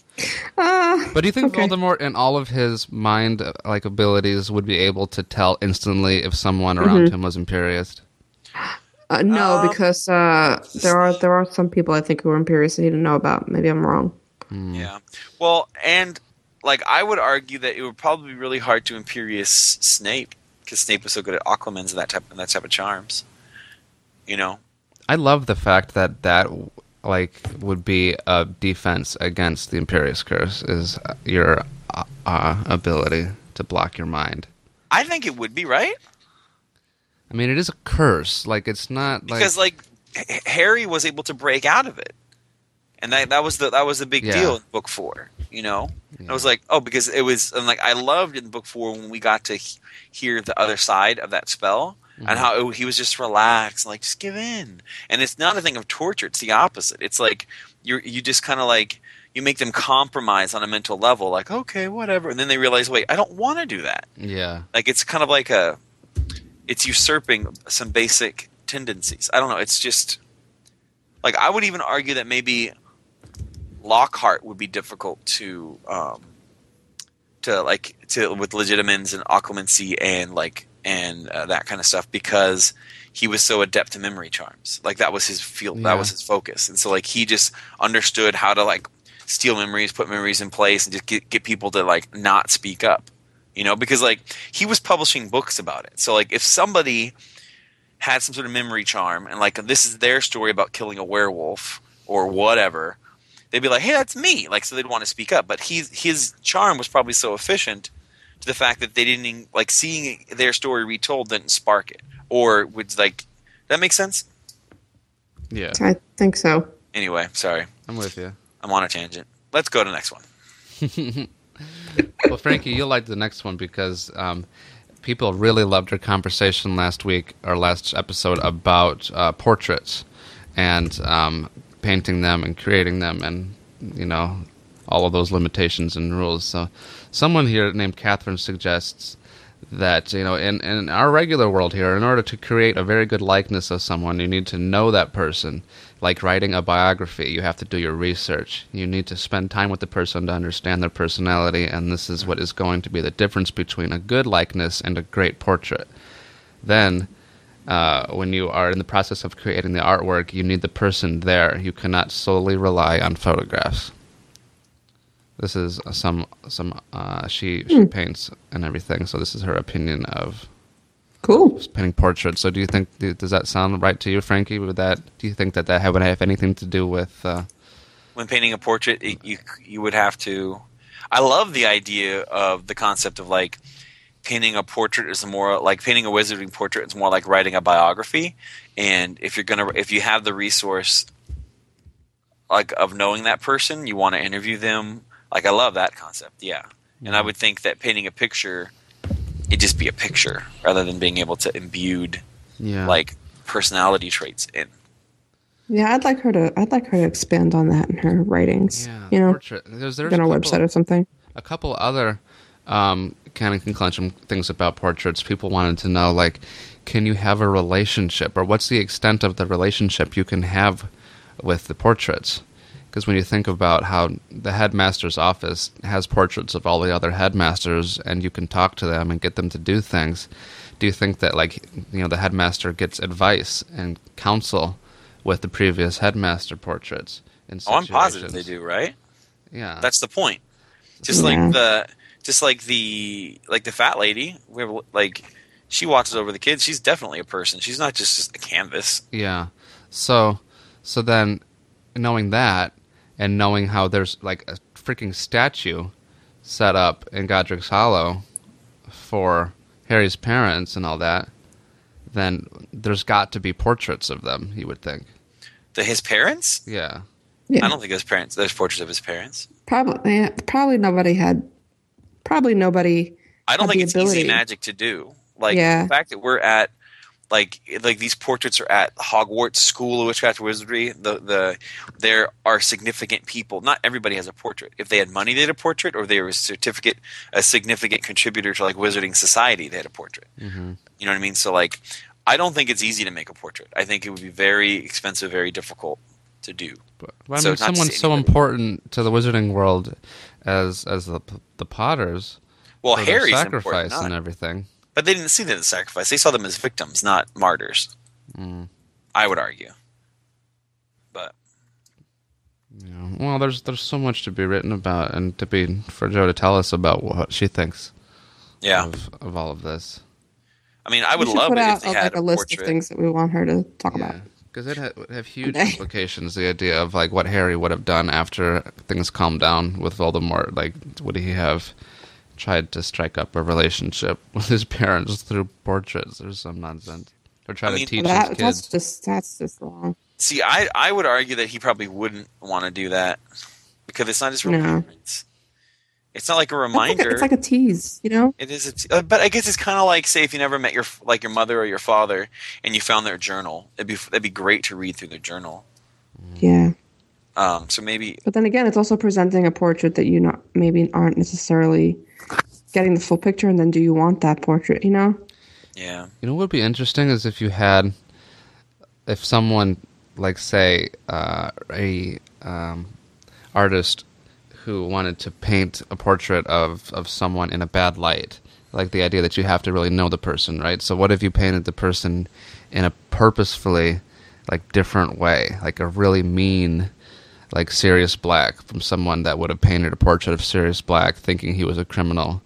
Speaker 7: but do you think Voldemort and all of his mind uh, like abilities would be able to tell instantly if someone around him was imperious?
Speaker 6: Uh, no, because uh, there are there are some people I think who are imperious that he didn't know about. Maybe I'm wrong.
Speaker 8: Yeah. Well, and like I would argue that it would probably be really hard to imperious Snape because Snape was so good at Aquamans and that type and that type of charms. You know.
Speaker 7: I love the fact that that like would be a defense against the imperious curse is your uh, uh, ability to block your mind.
Speaker 8: I think it would be right
Speaker 7: I mean, it is a curse. Like it's not like
Speaker 8: because like H- Harry was able to break out of it, and that that was the that was the big
Speaker 7: Yeah.
Speaker 8: deal in book four. You know, And I was like, oh, because it was and like I loved in book four when we got to he- hear the other side of that spell
Speaker 7: Mm-hmm.
Speaker 8: and how it, he was just relaxed, like just give in. And it's not a thing of torture; it's the opposite. It's like you you just kind of like you make them compromise on a mental level, like okay, whatever, and then they realize, wait, I don't want to do that
Speaker 7: yeah,
Speaker 8: like it's kind of like a it's usurping some basic tendencies i don't know it's just like i would even argue that maybe lockhart would be difficult to um to like to with legitimens and occlumency and like and uh, that kind of stuff because he was so adept to memory charms like that was his field
Speaker 7: Yeah.
Speaker 8: that was his focus and so like he just understood how to like steal memories put memories in place and just get, get people to like not speak up you know because like he was publishing books about it so like if somebody had some sort of memory charm and like this is their story about killing a werewolf or whatever they'd be like hey that's me like so they'd want to speak up but he, his charm was probably so efficient to the fact that they didn't even- like seeing their story retold didn't spark it or would like that make sense
Speaker 7: yeah.
Speaker 6: I think so.
Speaker 8: anyway sorry
Speaker 7: I'm with you.
Speaker 8: i'm on a tangent let's go to the next one
Speaker 7: Well, Frankie, you'll like the next one because um, people really loved our conversation last week or last episode about uh, portraits and um, painting them and creating them and you know all of those limitations and rules. So, someone here named Catherine suggests that you know in, in our regular world here in order to create a very good likeness of someone you need to know that person like writing a biography you have to do your research you need to spend time with the person to understand their personality and this is what is going to be the difference between a good likeness and a great portrait then uh, when you are in the process of creating the artwork you need the person there you cannot solely rely on photographs this is uh, some some uh, she she paints and everything so this is her opinion of
Speaker 6: Cool.
Speaker 7: painting portraits so do you think do- does that sound right to you frankie would that do you think that that ha- would have anything to do with uh,
Speaker 8: when painting a portrait, it, you you would have to. I love the idea of the concept of like painting a portrait is more like painting a wizarding portrait is more like writing a biography. And if you're gonna, if you have the resource, like of knowing that person, you want to interview them. Like I love that concept. Yeah, and
Speaker 7: Mm-hmm.
Speaker 8: I would think that painting a picture, it'd just be a picture rather than being able to imbued
Speaker 7: yeah
Speaker 8: like personality traits in.
Speaker 6: Yeah, I'd like her to. I'd like her to expand on that in her writings.
Speaker 7: yeah
Speaker 6: you know,
Speaker 7: portrait there's, there's
Speaker 6: in
Speaker 7: a
Speaker 6: our
Speaker 7: couple-
Speaker 6: website or something.
Speaker 7: a couple other um, kind of conclusion things about portraits. People wanted to know, like, can you have a relationship, or what's the extent of the relationship you can have with the portraits? Because when you think about how the headmaster's office has portraits of all the other headmasters, and you can talk to them and get them to do things, do you think that, like, you know, the headmaster gets advice and counsel with the previous headmaster portraits? In
Speaker 8: Oh, I'm positive they do.
Speaker 7: situations?
Speaker 8: Right.
Speaker 7: Yeah,
Speaker 8: That's the point. Just
Speaker 6: Yeah.
Speaker 8: like the, just like the, like the fat lady. We have, like she watches over the kids. She's definitely a person. She's not just, just a canvas.
Speaker 7: Yeah. So, so then, knowing that, and knowing how there's like a freaking statue set up in Godric's Hollow for Harry's parents and all that, then there's got to be portraits of them. You would think.
Speaker 8: The his parents.
Speaker 7: Yeah.
Speaker 6: Yeah.
Speaker 8: I don't think his parents. There's portraits of his parents.
Speaker 6: Probably, yeah, probably nobody had. Probably nobody.
Speaker 8: I don't
Speaker 6: Had
Speaker 8: think
Speaker 6: the
Speaker 8: it's
Speaker 6: ability.
Speaker 8: easy magic to do. Like
Speaker 6: Yeah.
Speaker 8: the fact that we're at. Like like these portraits are at Hogwarts School of Witchcraft and Wizardry. The the there are significant people. Not everybody has a portrait. If they had money, they had a portrait, or they were a certificate, a significant contributor to like Wizarding Society, they had a portrait.
Speaker 7: Mm-hmm.
Speaker 8: You know what I mean? So like, I don't think it's easy to make a portrait. I think it would be very expensive, very difficult to do.
Speaker 7: But, well, I
Speaker 8: So
Speaker 7: mean,
Speaker 8: not to say
Speaker 7: someone so
Speaker 8: anybody.
Speaker 7: important to the Wizarding world as as the the Potters.
Speaker 8: Well,
Speaker 7: for their
Speaker 8: Harry's
Speaker 7: sacrifice
Speaker 8: important,
Speaker 7: and
Speaker 8: not,
Speaker 7: everything.
Speaker 8: but they didn't see them as sacrifice. They saw them as victims, not martyrs. I would argue, but
Speaker 7: Yeah. Well, there's there's so much to be written about and to be for Joe to tell us about what she thinks
Speaker 8: yeah,
Speaker 7: of, of all of this.
Speaker 8: I mean, I would
Speaker 6: we should
Speaker 8: love
Speaker 6: put
Speaker 8: it
Speaker 6: out
Speaker 8: if they
Speaker 6: uh,
Speaker 8: had
Speaker 6: like
Speaker 8: a
Speaker 6: a, list
Speaker 8: portrait.
Speaker 6: of things that we want her to talk about.
Speaker 7: Because because it ha- would have huge implications. The idea of like what Harry would have done after things calmed down with Voldemort, like would he have tried to strike up a relationship *laughs* with his parents through portraits or some nonsense, or try
Speaker 8: I mean-
Speaker 7: to teach
Speaker 6: That,
Speaker 7: his
Speaker 6: that's
Speaker 7: kids?
Speaker 6: just that's just wrong.
Speaker 8: See, I I would argue that he probably wouldn't want to do that because it's not his real
Speaker 6: No.
Speaker 8: parents. It's not like a
Speaker 6: That's like a-
Speaker 8: reminder.
Speaker 6: it's like a tease, you know.
Speaker 8: It is, a t- uh, but I guess it's kind of like say if you never met your f- like your mother or your father and you found their journal, it'd be f- that'd be great to read through their journal.
Speaker 6: Yeah,
Speaker 8: Um, so maybe
Speaker 6: but then again, it's also presenting a portrait that you not maybe aren't necessarily getting the full picture. And then, do you want that portrait? You know,
Speaker 8: yeah,
Speaker 7: You know what would be interesting is if you had, if someone, like say, uh, a um, artist who wanted to paint a portrait of of someone in a bad light, like the idea that you have to really know the person, right? So what if you painted the person in a purposefully, like different way, like a really mean. Like Sirius Black from someone that would have painted a portrait of Sirius Black, thinking he was a criminal.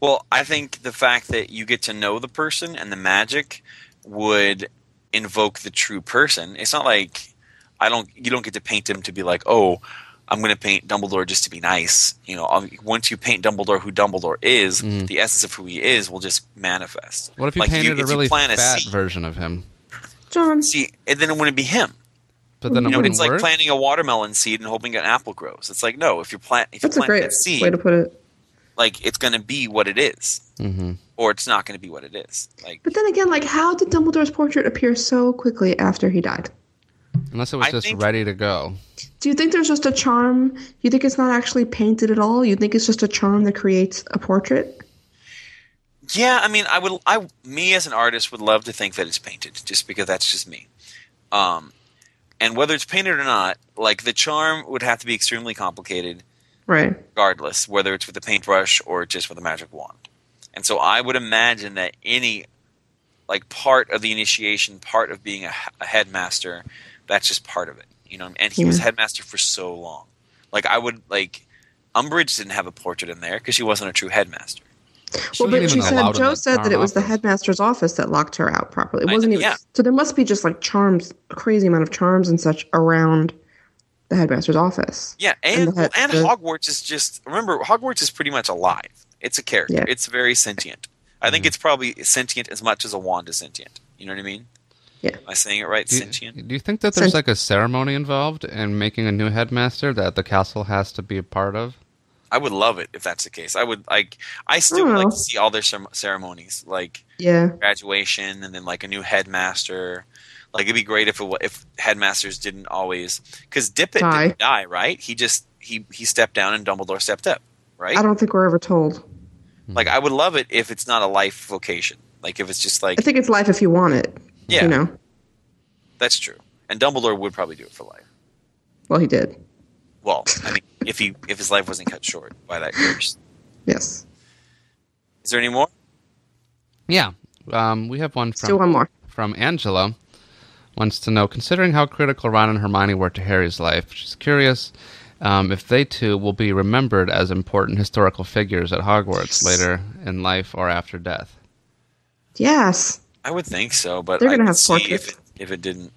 Speaker 8: Well, I think the fact that you get to know the person and the magic would invoke the true person. It's not like I don't you don't get to paint him to be like, "Oh, I'm going to paint Dumbledore just to be nice." You know, ob- once you paint Dumbledore who Dumbledore is, the essence of who he is will just manifest.
Speaker 7: Mm. What if you
Speaker 8: Like,
Speaker 7: painted a
Speaker 8: if
Speaker 7: really
Speaker 8: plant
Speaker 7: fat
Speaker 8: seed-
Speaker 7: version of him?
Speaker 6: John.
Speaker 8: See, and then it wouldn't be him.
Speaker 7: But then
Speaker 8: You
Speaker 7: it
Speaker 8: know,
Speaker 7: wouldn't
Speaker 8: it's like
Speaker 7: work?
Speaker 8: planting a watermelon seed and hoping an apple grows. It's like no, if you plant if
Speaker 6: That's
Speaker 8: you
Speaker 6: a
Speaker 8: plant
Speaker 6: great
Speaker 8: that seed,
Speaker 6: way to put it.
Speaker 8: like it's going to be what it is,
Speaker 7: Mm-hmm.
Speaker 8: or it's not going to be what it is. Like
Speaker 6: But then again, like, how did Dumbledore's portrait appear so quickly after he died?
Speaker 7: Unless it was
Speaker 8: I
Speaker 7: just
Speaker 8: think-
Speaker 7: ready to go.
Speaker 6: Do you think there's just a charm? You think it's not actually painted at all? You think it's just a charm that creates a portrait?
Speaker 8: Yeah, I mean, I would, I, me as an artist would love to think that it's painted, just because that's just me. Um, and whether it's painted or not, like the charm would have to be extremely complicated,
Speaker 6: Right.
Speaker 8: regardless, whether it's with a paintbrush or just with a magic wand. And so, I would imagine that any, like, part of the initiation, part of being a, a headmaster, that's just part of it, you know. And he was
Speaker 6: Hmm.
Speaker 8: headmaster for so long. Like, I would like, Umbridge didn't have a portrait in there because she wasn't a true headmaster.
Speaker 6: well,
Speaker 7: wasn't
Speaker 6: but she
Speaker 7: even allowed
Speaker 6: said
Speaker 7: in
Speaker 6: Joe
Speaker 7: the
Speaker 6: said that it was the
Speaker 7: office.
Speaker 6: headmaster's office that locked her out properly. It
Speaker 8: I-
Speaker 6: wasn't even.
Speaker 8: yeah.
Speaker 6: So there must be just like charms, a crazy amount of charms and such around the headmaster's office.
Speaker 8: Yeah,
Speaker 6: And
Speaker 8: and
Speaker 6: the
Speaker 8: well,
Speaker 6: head-
Speaker 8: and
Speaker 6: the-
Speaker 8: Hogwarts is just remember Hogwarts is pretty much alive. It's a character.
Speaker 6: Yeah. Hmm.
Speaker 8: It's very sentient. I think it's probably sentient as much as a wand is sentient. You know what I mean?
Speaker 6: Yeah.
Speaker 8: Am I saying it right?
Speaker 7: Do you,
Speaker 8: sentient.
Speaker 7: do you think that there's
Speaker 6: Sen-
Speaker 7: like a ceremony involved in making a new headmaster that the castle has to be a part of?
Speaker 8: I would love it if that's the case. I would like. I still would
Speaker 6: Oh.
Speaker 8: like to see all their cer- ceremonies, like
Speaker 6: Yeah.
Speaker 8: graduation, and then like a new headmaster. Like it'd be great if it, wa- if headmasters didn't always because Dippet
Speaker 6: Die.
Speaker 8: didn't die, right? He just he he stepped down and Dumbledore stepped up, right?
Speaker 6: I don't think we're ever told.
Speaker 8: Like I would love it if it's not a life vocation. Like if it's just like
Speaker 6: I think it's life if you want it.
Speaker 8: yeah,
Speaker 6: You know.
Speaker 8: that's true. And Dumbledore would probably do it for life.
Speaker 6: Well, he did.
Speaker 8: Well, I mean, if he if his life wasn't cut short by that curse.
Speaker 6: Yes.
Speaker 8: Is there any more?
Speaker 7: Yeah. Um, we have one
Speaker 6: Let's do
Speaker 7: from
Speaker 6: one more.
Speaker 7: from Angela. Wants to know, considering how critical Ron and Hermione were to Harry's life, she's curious um, if they too will be remembered as important historical figures at Hogwarts later in life or after death.
Speaker 6: Yes.
Speaker 8: I would think so, but
Speaker 6: They're
Speaker 8: I
Speaker 6: gonna
Speaker 8: could
Speaker 6: have
Speaker 8: see if
Speaker 6: portraits.
Speaker 8: it, if it didn't.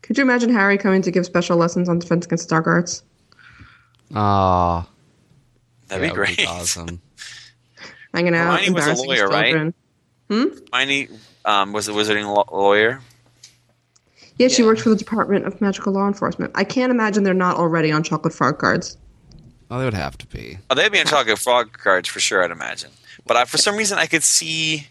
Speaker 6: Could you imagine Harry coming to give special lessons on defense against dark arts?
Speaker 7: Ah,
Speaker 8: That'd
Speaker 7: that
Speaker 8: be
Speaker 7: would
Speaker 8: great.
Speaker 7: awesome.
Speaker 6: Hanging out,
Speaker 8: Hermione was a
Speaker 6: embarrassing his
Speaker 8: lawyer, right?
Speaker 6: children.
Speaker 8: Hermione um, was a wizarding lo- lawyer.
Speaker 6: Yeah, she works for the Department of Magical Law Enforcement. I can't imagine they're not already on chocolate frog cards.
Speaker 7: Oh, they would have to be.
Speaker 8: Oh, they'd be in chocolate frog cards for sure. I'd imagine, but I, for some reason, I could see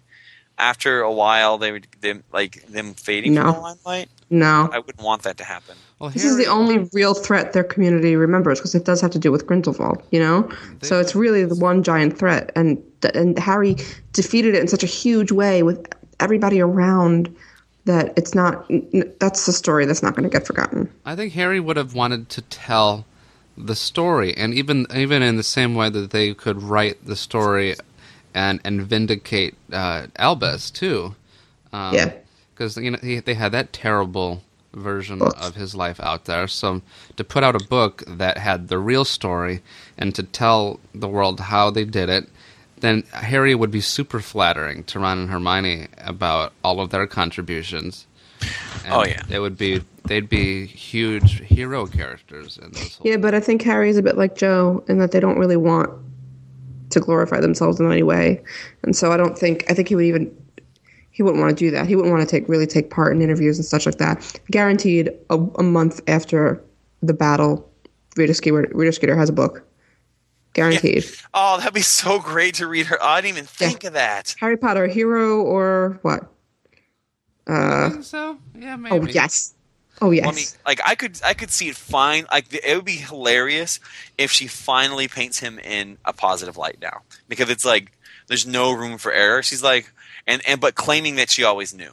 Speaker 8: after a while they would them like them fading
Speaker 6: No.
Speaker 8: from the limelight.
Speaker 6: No.
Speaker 8: I wouldn't want that to happen.
Speaker 7: Well,
Speaker 6: This is the only real threat their community remembers because it does have to do with Grindelwald, you know. So it's really the one giant threat, and and Harry defeated it in such a huge way with everybody around that it's not. n- n- That's the story that's not going to get forgotten.
Speaker 7: I think Harry would have wanted to tell the story, and even even in the same way that they could write the story and and vindicate uh, Albus too,
Speaker 6: yeah,
Speaker 7: because you know he, they had that terrible version
Speaker 6: Book.
Speaker 7: of his life out there. So to put out a book that had the real story and to tell the world how they did it, then Harry would be super flattering to Ron and Hermione about all of their contributions. And
Speaker 8: Oh, yeah.
Speaker 7: It would be they'd be huge hero characters in this. whole-
Speaker 6: Yeah, but I think Harry's a bit like Joe in that they don't really want to glorify themselves in any way, and so I don't think I think he would even he wouldn't want to do that. He wouldn't want to take really take part in interviews and such like that. Guaranteed, a, a month after the battle, Rita Skeeter, Rita Skeeter has a book. Guaranteed.
Speaker 8: Oh, that'd be so great to read her. I didn't even think of that.
Speaker 6: Harry Potter, hero or what? Uh,
Speaker 7: I think so yeah, maybe.
Speaker 6: Oh yes, oh yes.
Speaker 8: I mean, like I could, I could see it fine. Like it would be hilarious if she finally paints him in a positive light now, because it's like there's no room for error. She's like, and and but claiming that she always knew.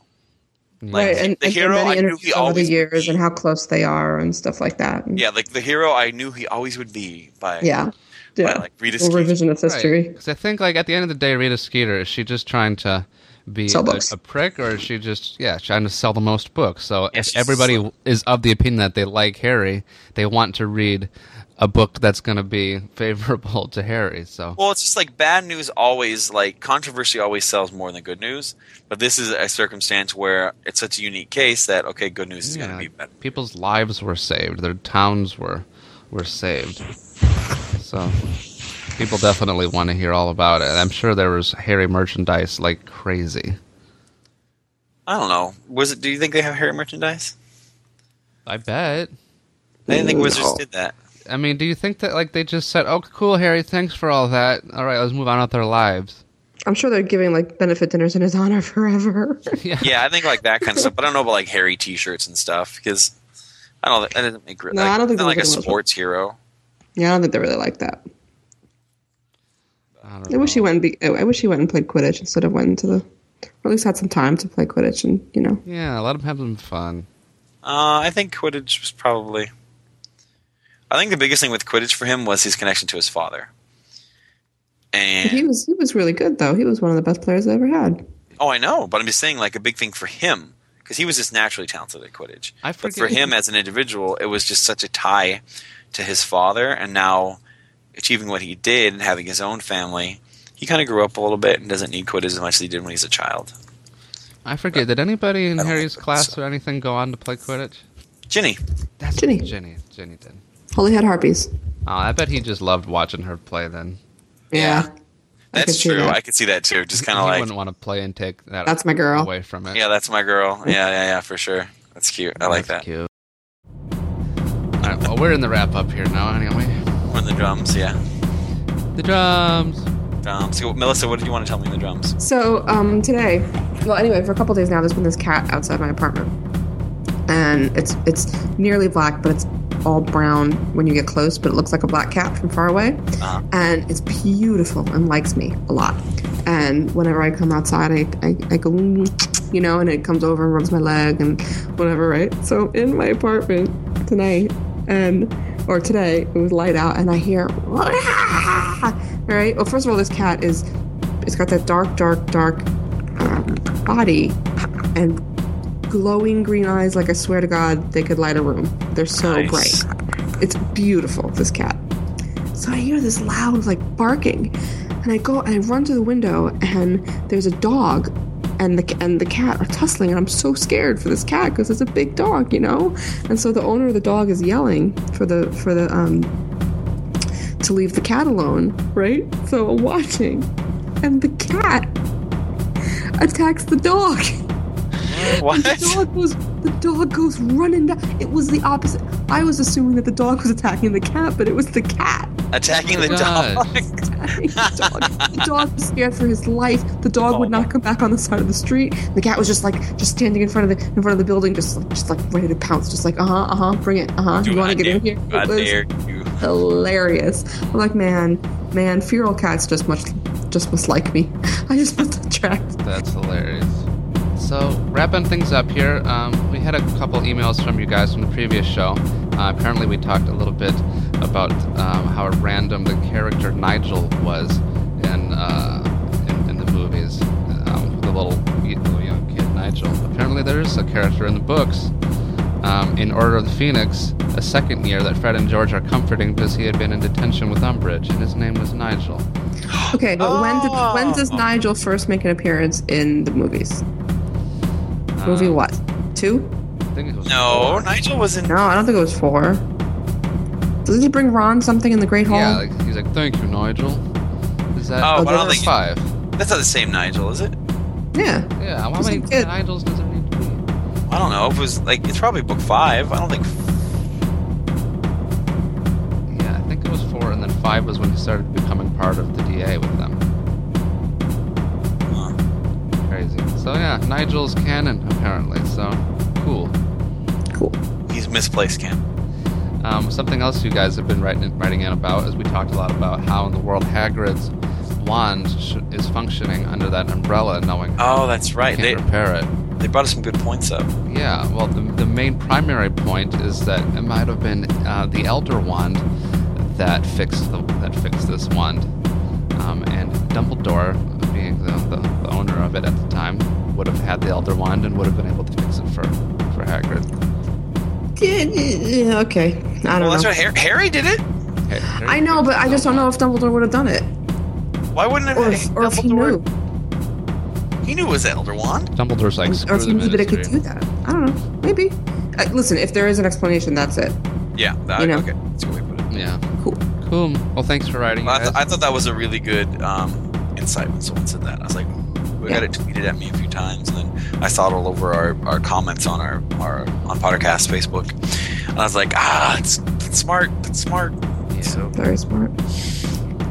Speaker 8: Like
Speaker 6: right, and,
Speaker 8: the
Speaker 6: and
Speaker 8: hero
Speaker 6: many
Speaker 8: I knew
Speaker 6: interviews
Speaker 8: he
Speaker 6: over the
Speaker 8: always
Speaker 6: years
Speaker 8: be.
Speaker 6: and how close they are and stuff like that.
Speaker 8: Yeah, like the hero I knew he always would be. By
Speaker 6: yeah, yeah.
Speaker 8: like, Rita
Speaker 6: Little
Speaker 8: Skeeter.
Speaker 6: revisionist history.
Speaker 7: Because I think, like, at the end of the day, Rita Skeeter, is she just trying to be
Speaker 6: Sell
Speaker 7: a,
Speaker 6: books.
Speaker 7: a prick or is she just, yeah, trying to sell the most books? So
Speaker 8: Yeah,
Speaker 7: if
Speaker 8: she's a
Speaker 7: everybody is of the opinion that they like Harry, they want to read a book that's going to be *laughs* favorable to Harry. So,
Speaker 8: Well, it's just like bad news always like controversy always sells more than good news. But this is a circumstance where it's such a unique case that okay, good news is
Speaker 7: yeah,
Speaker 8: going to be
Speaker 7: like,
Speaker 8: better.
Speaker 7: people's lives were saved, their towns were, were saved. So people definitely want to hear all about it. I'm sure there was Harry merchandise like crazy.
Speaker 8: I don't know. Was it? Do you think they have Harry merchandise?
Speaker 7: I bet.
Speaker 8: I didn't think
Speaker 6: No.
Speaker 8: Wizards did that.
Speaker 7: I mean, do you think that like they just said, "Oh, cool, Harry, thanks for all that. All right, let's move on with our lives."
Speaker 6: I'm sure they're giving like benefit dinners in his honor *laughs* forever.
Speaker 7: yeah.
Speaker 8: Yeah, I think like that kind of stuff. But I don't know about like Harry T-shirts and stuff because I don't. That doesn't make. re-
Speaker 6: No,
Speaker 8: like,
Speaker 6: I don't think
Speaker 8: not
Speaker 6: they're
Speaker 8: like a
Speaker 6: looking at those.
Speaker 8: sports hero.
Speaker 6: yeah, I don't think they really like that.
Speaker 7: I, don't
Speaker 6: I wish he
Speaker 7: know.
Speaker 6: went. And be, I wish he went and played Quidditch instead of went to the, or at least had some time to play Quidditch and you know.
Speaker 7: Yeah, let him have some fun.
Speaker 8: Uh, I think Quidditch was probably. I think the biggest thing with Quidditch for him was his connection to his father. And
Speaker 6: He was he was really good though. He was one of the best players I ever had.
Speaker 8: Oh, I know, but I'm just saying, like a big thing for him because he was just naturally talented at Quidditch.
Speaker 7: I
Speaker 8: but for
Speaker 7: forget-
Speaker 8: him as an individual, it was just such a tie to his father, and now achieving what he did and having his own family, he kind of grew up a little bit and doesn't need Quidditch as much as he did when he was a child.
Speaker 7: I forget. Did anybody in
Speaker 8: I don't
Speaker 7: Harry's
Speaker 8: think
Speaker 7: class
Speaker 8: so.
Speaker 7: or anything go on to play Quidditch?
Speaker 8: Ginny,
Speaker 7: That's
Speaker 6: Ginny.
Speaker 7: Ginny. Ginny did.
Speaker 6: Holy head harpies.
Speaker 7: Oh, I bet he just loved watching her play. Then
Speaker 8: Yeah. that's
Speaker 6: could see
Speaker 8: true.
Speaker 6: that.
Speaker 8: I could see that too. Just kind
Speaker 7: he
Speaker 8: of like,
Speaker 7: wouldn't want to play and take that.
Speaker 6: That's my girl.
Speaker 7: Away from it.
Speaker 8: yeah, that's my girl. Yeah, yeah, yeah, for sure. That's cute. I like that.
Speaker 7: That's Cute. All right. Well, we're in the wrap up here now. Anyway,
Speaker 8: Or the drums, yeah.
Speaker 7: the drums.
Speaker 8: Drums. So, Melissa, what did you want to tell me in the drums?
Speaker 6: So um, today, well, anyway, for a couple days now, there's been this cat outside my apartment, and it's it's nearly black, but it's all brown when you get close, but it looks like a black cat from far away,
Speaker 8: Uh-huh.
Speaker 6: and it's beautiful and likes me a lot. And whenever I come outside, I, I, I go, "Mm," you know, and it comes over and rubs my leg and whatever, right? So I'm in my apartment tonight, and or today it was light out, and I hear, right? Well, first of all, this cat is it's got that dark, dark, dark um, body and glowing green eyes. Like I swear to God, they could light a room. They're so
Speaker 8: Nice.
Speaker 6: bright. It's beautiful. This cat. So I hear this loud like barking, and I go and I run to the window, and there's a dog. And the, and the cat are tussling, and I'm so scared for this cat because it's a big dog, you know. And so the owner of the dog is yelling for the for the um, to leave the cat alone, right? So I'm watching, and the cat attacks the dog. *laughs*
Speaker 8: What?
Speaker 6: The dog goes, the dog goes running down. It was the opposite. I was assuming that the dog was attacking the cat, but it was the cat.
Speaker 8: Attacking the
Speaker 7: Gosh.
Speaker 8: *laughs* dog.
Speaker 6: attacking The
Speaker 8: *laughs*
Speaker 6: dog, the dog was scared for his life. The dog
Speaker 8: Oh.
Speaker 6: would not come back on the side of the street. The cat was just like, just standing in front of the in front of the building, just like, just like ready to pounce, just like, uh huh, uh huh, bring it, uh huh. You want to get in here?
Speaker 8: I
Speaker 6: It was-
Speaker 8: dare you.
Speaker 6: hilarious. I'm like, man, man, feral cats just much just must like me. *laughs* I just must attract.
Speaker 7: That's hilarious. So, wrapping things up here, um, we had a couple emails from you guys from the previous show. Uh, apparently, we talked a little bit about um, how random the character Nigel was in, uh, in, in the movies. Um, the little, the little young kid Nigel. Apparently, there's a character in the books. Um, in Order of the Phoenix, a second year that Fred and George are comforting because he had been in detention with Umbridge, and his name was Nigel.
Speaker 6: Okay, but when
Speaker 8: Oh.
Speaker 6: did when does Nigel first make an appearance in the movies? Movie
Speaker 7: Um,
Speaker 6: what? two?
Speaker 7: I think it was
Speaker 8: No,
Speaker 7: four.
Speaker 8: Nigel was in.
Speaker 6: No, I don't think it was four. Didn't he bring Ron something in the Great Hall?
Speaker 7: Yeah, like, he's like, thank you, Nigel. Is that
Speaker 8: Oh, but I don't
Speaker 7: that's
Speaker 8: think-
Speaker 7: five?
Speaker 8: That's not the same Nigel, is it?
Speaker 6: yeah.
Speaker 7: Yeah, how
Speaker 6: Just
Speaker 7: many
Speaker 6: a kid.
Speaker 7: Nigels does it need to be?
Speaker 8: I don't know. If it was like it's probably book five. I don't think.
Speaker 7: Yeah, I think it was four, and then five was when he started becoming part of the DA with them.
Speaker 8: Huh.
Speaker 7: Crazy. So yeah, Nigel's canon apparently. So cool.
Speaker 6: Cool.
Speaker 8: He's misplaced Ken.
Speaker 7: Um, something else you guys have been writing, writing in about is we talked a lot about how in the world Hagrid's wand sh- is functioning under that umbrella, knowing how
Speaker 8: Oh, that's
Speaker 7: you
Speaker 8: right. They,
Speaker 7: can't repair it.
Speaker 8: they brought us some good points up.
Speaker 7: Yeah, well, the, the main primary point is that it might have been uh, the Elder Wand that fixed the, that fixed this wand, um, and Dumbledore, being the, the, the owner of it at the time, would have had the Elder Wand and would have been able to fix it for for Hagrid.
Speaker 6: Yeah, yeah, yeah, okay. I don't
Speaker 8: Well, that's
Speaker 6: know.
Speaker 8: right. Har- Harry did it.
Speaker 7: Hey, Harry
Speaker 6: I know,
Speaker 7: fixed
Speaker 6: but I
Speaker 7: his
Speaker 6: just don't
Speaker 7: own
Speaker 6: know
Speaker 7: wand.
Speaker 6: if Dumbledore would have done it,
Speaker 8: Why wouldn't it?
Speaker 6: or if, or if he knew,
Speaker 8: He knew it was Elder Wand.
Speaker 7: Dumbledore's like,
Speaker 6: or
Speaker 7: screw
Speaker 6: if he
Speaker 7: the
Speaker 6: knew that it could
Speaker 7: ministry.
Speaker 6: do that. I don't know. Maybe. Uh, listen, if there is an explanation, that's it.
Speaker 8: Yeah. That,
Speaker 6: You know.
Speaker 8: Okay. That's a good way to put it.
Speaker 7: Yeah.
Speaker 6: Cool.
Speaker 7: Cool. Well, thanks for writing.
Speaker 8: Well, I,
Speaker 7: guys.
Speaker 8: th- I thought that was a really good um, insight when someone said that. I was like, ooh, I got it tweeted at me a few times, and then I saw it all over our, our comments on our, our on Pottercast Facebook, and I was like, ah, it's, it's smart, it's smart.
Speaker 7: Yeah.
Speaker 8: So
Speaker 6: Very smart.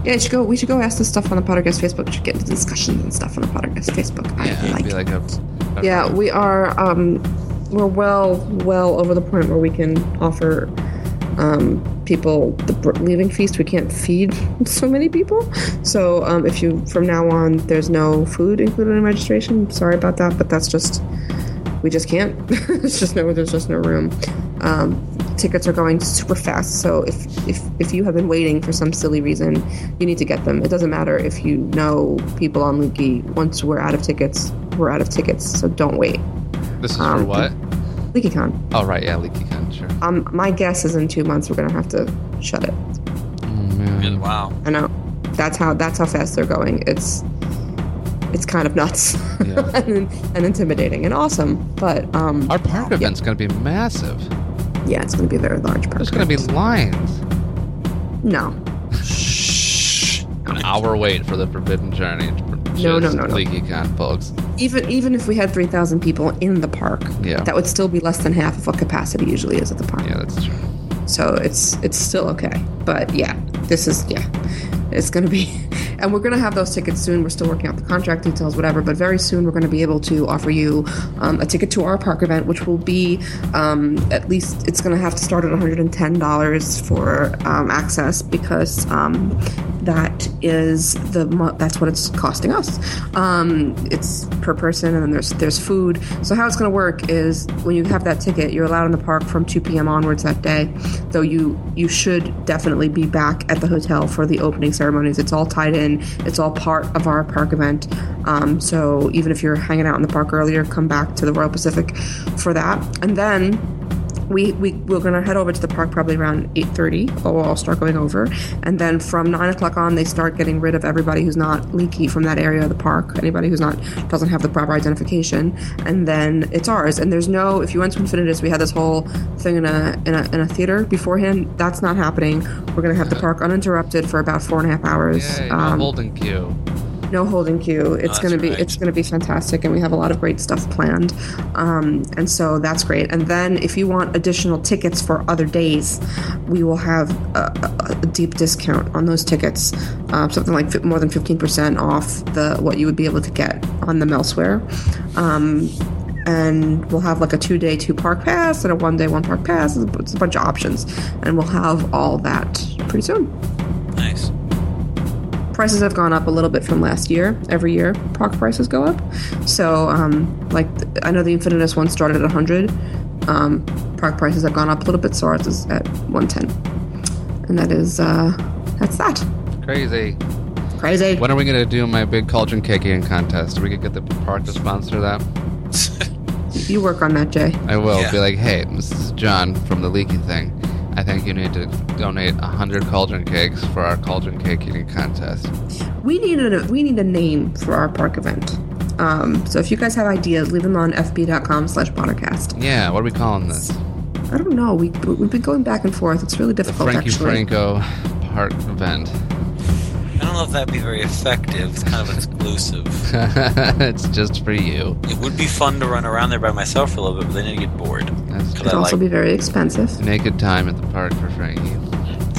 Speaker 6: Yeah, you should go. We should go ask this stuff on the Pottercast Facebook. We should get into discussions and stuff on the Pottercast Facebook. I
Speaker 7: yeah,
Speaker 6: like.
Speaker 7: it'd be like a, a-
Speaker 6: yeah, we are. Um, we're well, well over the point where we can offer um, people the br- leaving feast. We can't feed *laughs* so many people. So um, if you from now on, there's no food included in registration. Sorry about that, but that's just we just can't. *laughs* it's just no, there's just no room. Um, tickets are going super fast, so if, if if you have been waiting for some silly reason, you need to get them. It doesn't matter if you know people on Leaky. Once we're out of tickets, we're out of tickets, so don't wait.
Speaker 7: This is for
Speaker 6: um,
Speaker 7: what?
Speaker 6: LeakyCon.
Speaker 7: Oh, right. Yeah, leaky con. Sure.
Speaker 6: Um, my guess is in two months we're gonna have to shut it.
Speaker 7: Oh, man.
Speaker 8: wow,
Speaker 6: I know. That's how that's how fast they're going. It's it's kind of nuts
Speaker 7: Yeah.
Speaker 6: and, *laughs* and intimidating and awesome, but um,
Speaker 7: Our park event's gonna be massive.
Speaker 6: yeah, it's gonna be a very large park.
Speaker 7: There's gonna be lions.
Speaker 6: no.
Speaker 7: An hour wait for the Forbidden Journey.
Speaker 6: No, no, no, no.
Speaker 7: Leaky con, folks.
Speaker 6: even even if we had 3000 people in the park
Speaker 7: Yeah.
Speaker 6: that would still be less than half of what capacity usually is at the park
Speaker 7: Yeah, that's true.
Speaker 6: so it's it's still okay but yeah this is yeah it's gonna be *laughs* and we're gonna have those tickets soon we're still working out the contract details whatever but very soon we're gonna be able to offer you um, a ticket to our park event which will be um, at least it's gonna have to start at $110 for um, access because um, that is the mo- that's what it's costing us um, it's per person and then there's there's food so how it's going to work is when you have that ticket you're allowed in the park from 2 p.m onwards that day though you you should definitely be back at the hotel for the opening ceremonies it's all tied in it's all part of our park event um, so even if you're hanging out in the park earlier come back to the royal pacific for that and then we, we we're gonna head over to the park probably around 8.30 or we'll all start going over and then from 9 o'clock on they start getting rid of everybody who's not leaky from that area of the park anybody who's not doesn't have the proper identification and then it's ours and there's no if you went to infinitus we had this whole thing in a in a, in a theater beforehand that's not happening we're gonna have the park uninterrupted for about four and a half hours Um,
Speaker 7: Yay, no holding queue.
Speaker 6: no holding queue. It's
Speaker 8: That's
Speaker 6: gonna be
Speaker 8: right.
Speaker 6: it's gonna be fantastic, and we have a lot of great stuff planned. Um, and so that's great. And then if you want additional tickets for other days, we will have a, a, a deep discount on those tickets, uh, something like fi- more than fifteen percent off the what you would be able to get on them elsewhere. Um, and we'll have like a two day two park pass and a one day one park pass. It's a bu- it's a bunch of options, and we'll have all that pretty soon
Speaker 8: nice.
Speaker 6: prices have gone up a little bit from last year. Every year, park prices go up. So, um, like I know the Infinitus one started at 100. Um, park prices have gone up a little bit. So ours is at 110, and that is uh, that's that.
Speaker 7: Crazy.
Speaker 6: Crazy.
Speaker 7: When are we gonna do my big cauldron cake eating contest? Are we gonna get the park to sponsor that?
Speaker 6: You work on that, Jay.
Speaker 7: I will
Speaker 8: Yeah.
Speaker 7: be like, hey, this is John from the leaky thing. I think you need to donate hundred cauldron cakes for our cauldron cake eating contest.
Speaker 6: We need a we need a name for our park event. Um, so if you guys have ideas, leave them on fb.com slash podcast.
Speaker 7: Yeah, what are we calling this?
Speaker 6: I don't know. We, we've been going back and forth. It's really difficult,
Speaker 7: Frankie
Speaker 6: actually.
Speaker 7: Franco Park Vent.
Speaker 8: I don't know if that'd be very effective. It's kind of exclusive.
Speaker 7: *laughs* it's just for you.
Speaker 8: It would be fun to run around there by myself for a little bit, but then I'd get bored.
Speaker 7: That's
Speaker 8: Could
Speaker 6: It'd
Speaker 8: I
Speaker 6: also
Speaker 8: like-
Speaker 6: be very expensive.
Speaker 7: naked time at the park for Frankie.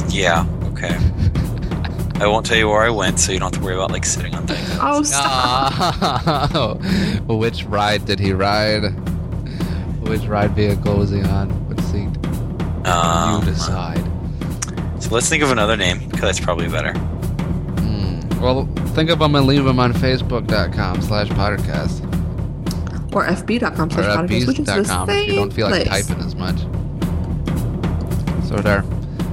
Speaker 8: Yeah. Okay. I won't tell you where I went, so you don't have to worry about like sitting on things.
Speaker 6: Oh, stop.
Speaker 7: Oh, *laughs* which ride did he ride? Which ride vehicle was he on? What seat?
Speaker 8: Um,
Speaker 7: you decide.
Speaker 8: so let's think of another name because that's probably better.
Speaker 7: Hmm. Well, think of them and leave them on Facebook.com slash podcast
Speaker 6: Or fb.com
Speaker 7: or
Speaker 6: slash podcast, which is the
Speaker 7: FBs.com if
Speaker 6: same
Speaker 7: you don't feel like
Speaker 6: place.
Speaker 7: typing as much. So there.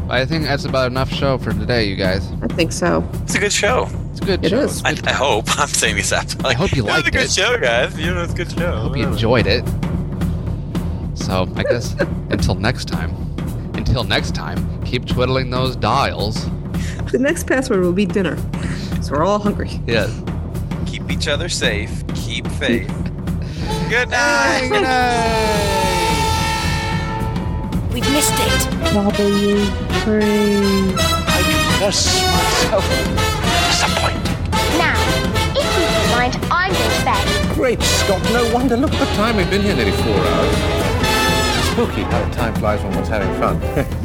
Speaker 7: I think that's about enough show for today, you guys.
Speaker 6: I think so.
Speaker 8: It's a good show.
Speaker 7: It's a good
Speaker 6: It
Speaker 7: show.
Speaker 6: is.
Speaker 7: It's
Speaker 8: I,
Speaker 7: good.
Speaker 8: I hope. *laughs* I'm saying this after. Like,
Speaker 7: hope you
Speaker 8: "It was
Speaker 7: liked
Speaker 8: a good
Speaker 7: it."
Speaker 8: show, guys. You know, it's a good show.
Speaker 7: Hope you enjoyed it. So I guess until next time. Until next time, keep twiddling those dials.
Speaker 6: The next password will be dinner. So we're all hungry.
Speaker 7: Yes.
Speaker 8: Keep each other safe. Keep
Speaker 7: *laughs*
Speaker 8: faith. good night.
Speaker 4: We've missed it. Now, if you don't mind, I'm going to bed.
Speaker 9: Great Scott, no wonder. Look at the time. We've been here nearly four hours. Spooky how time flies when one's having fun. *laughs*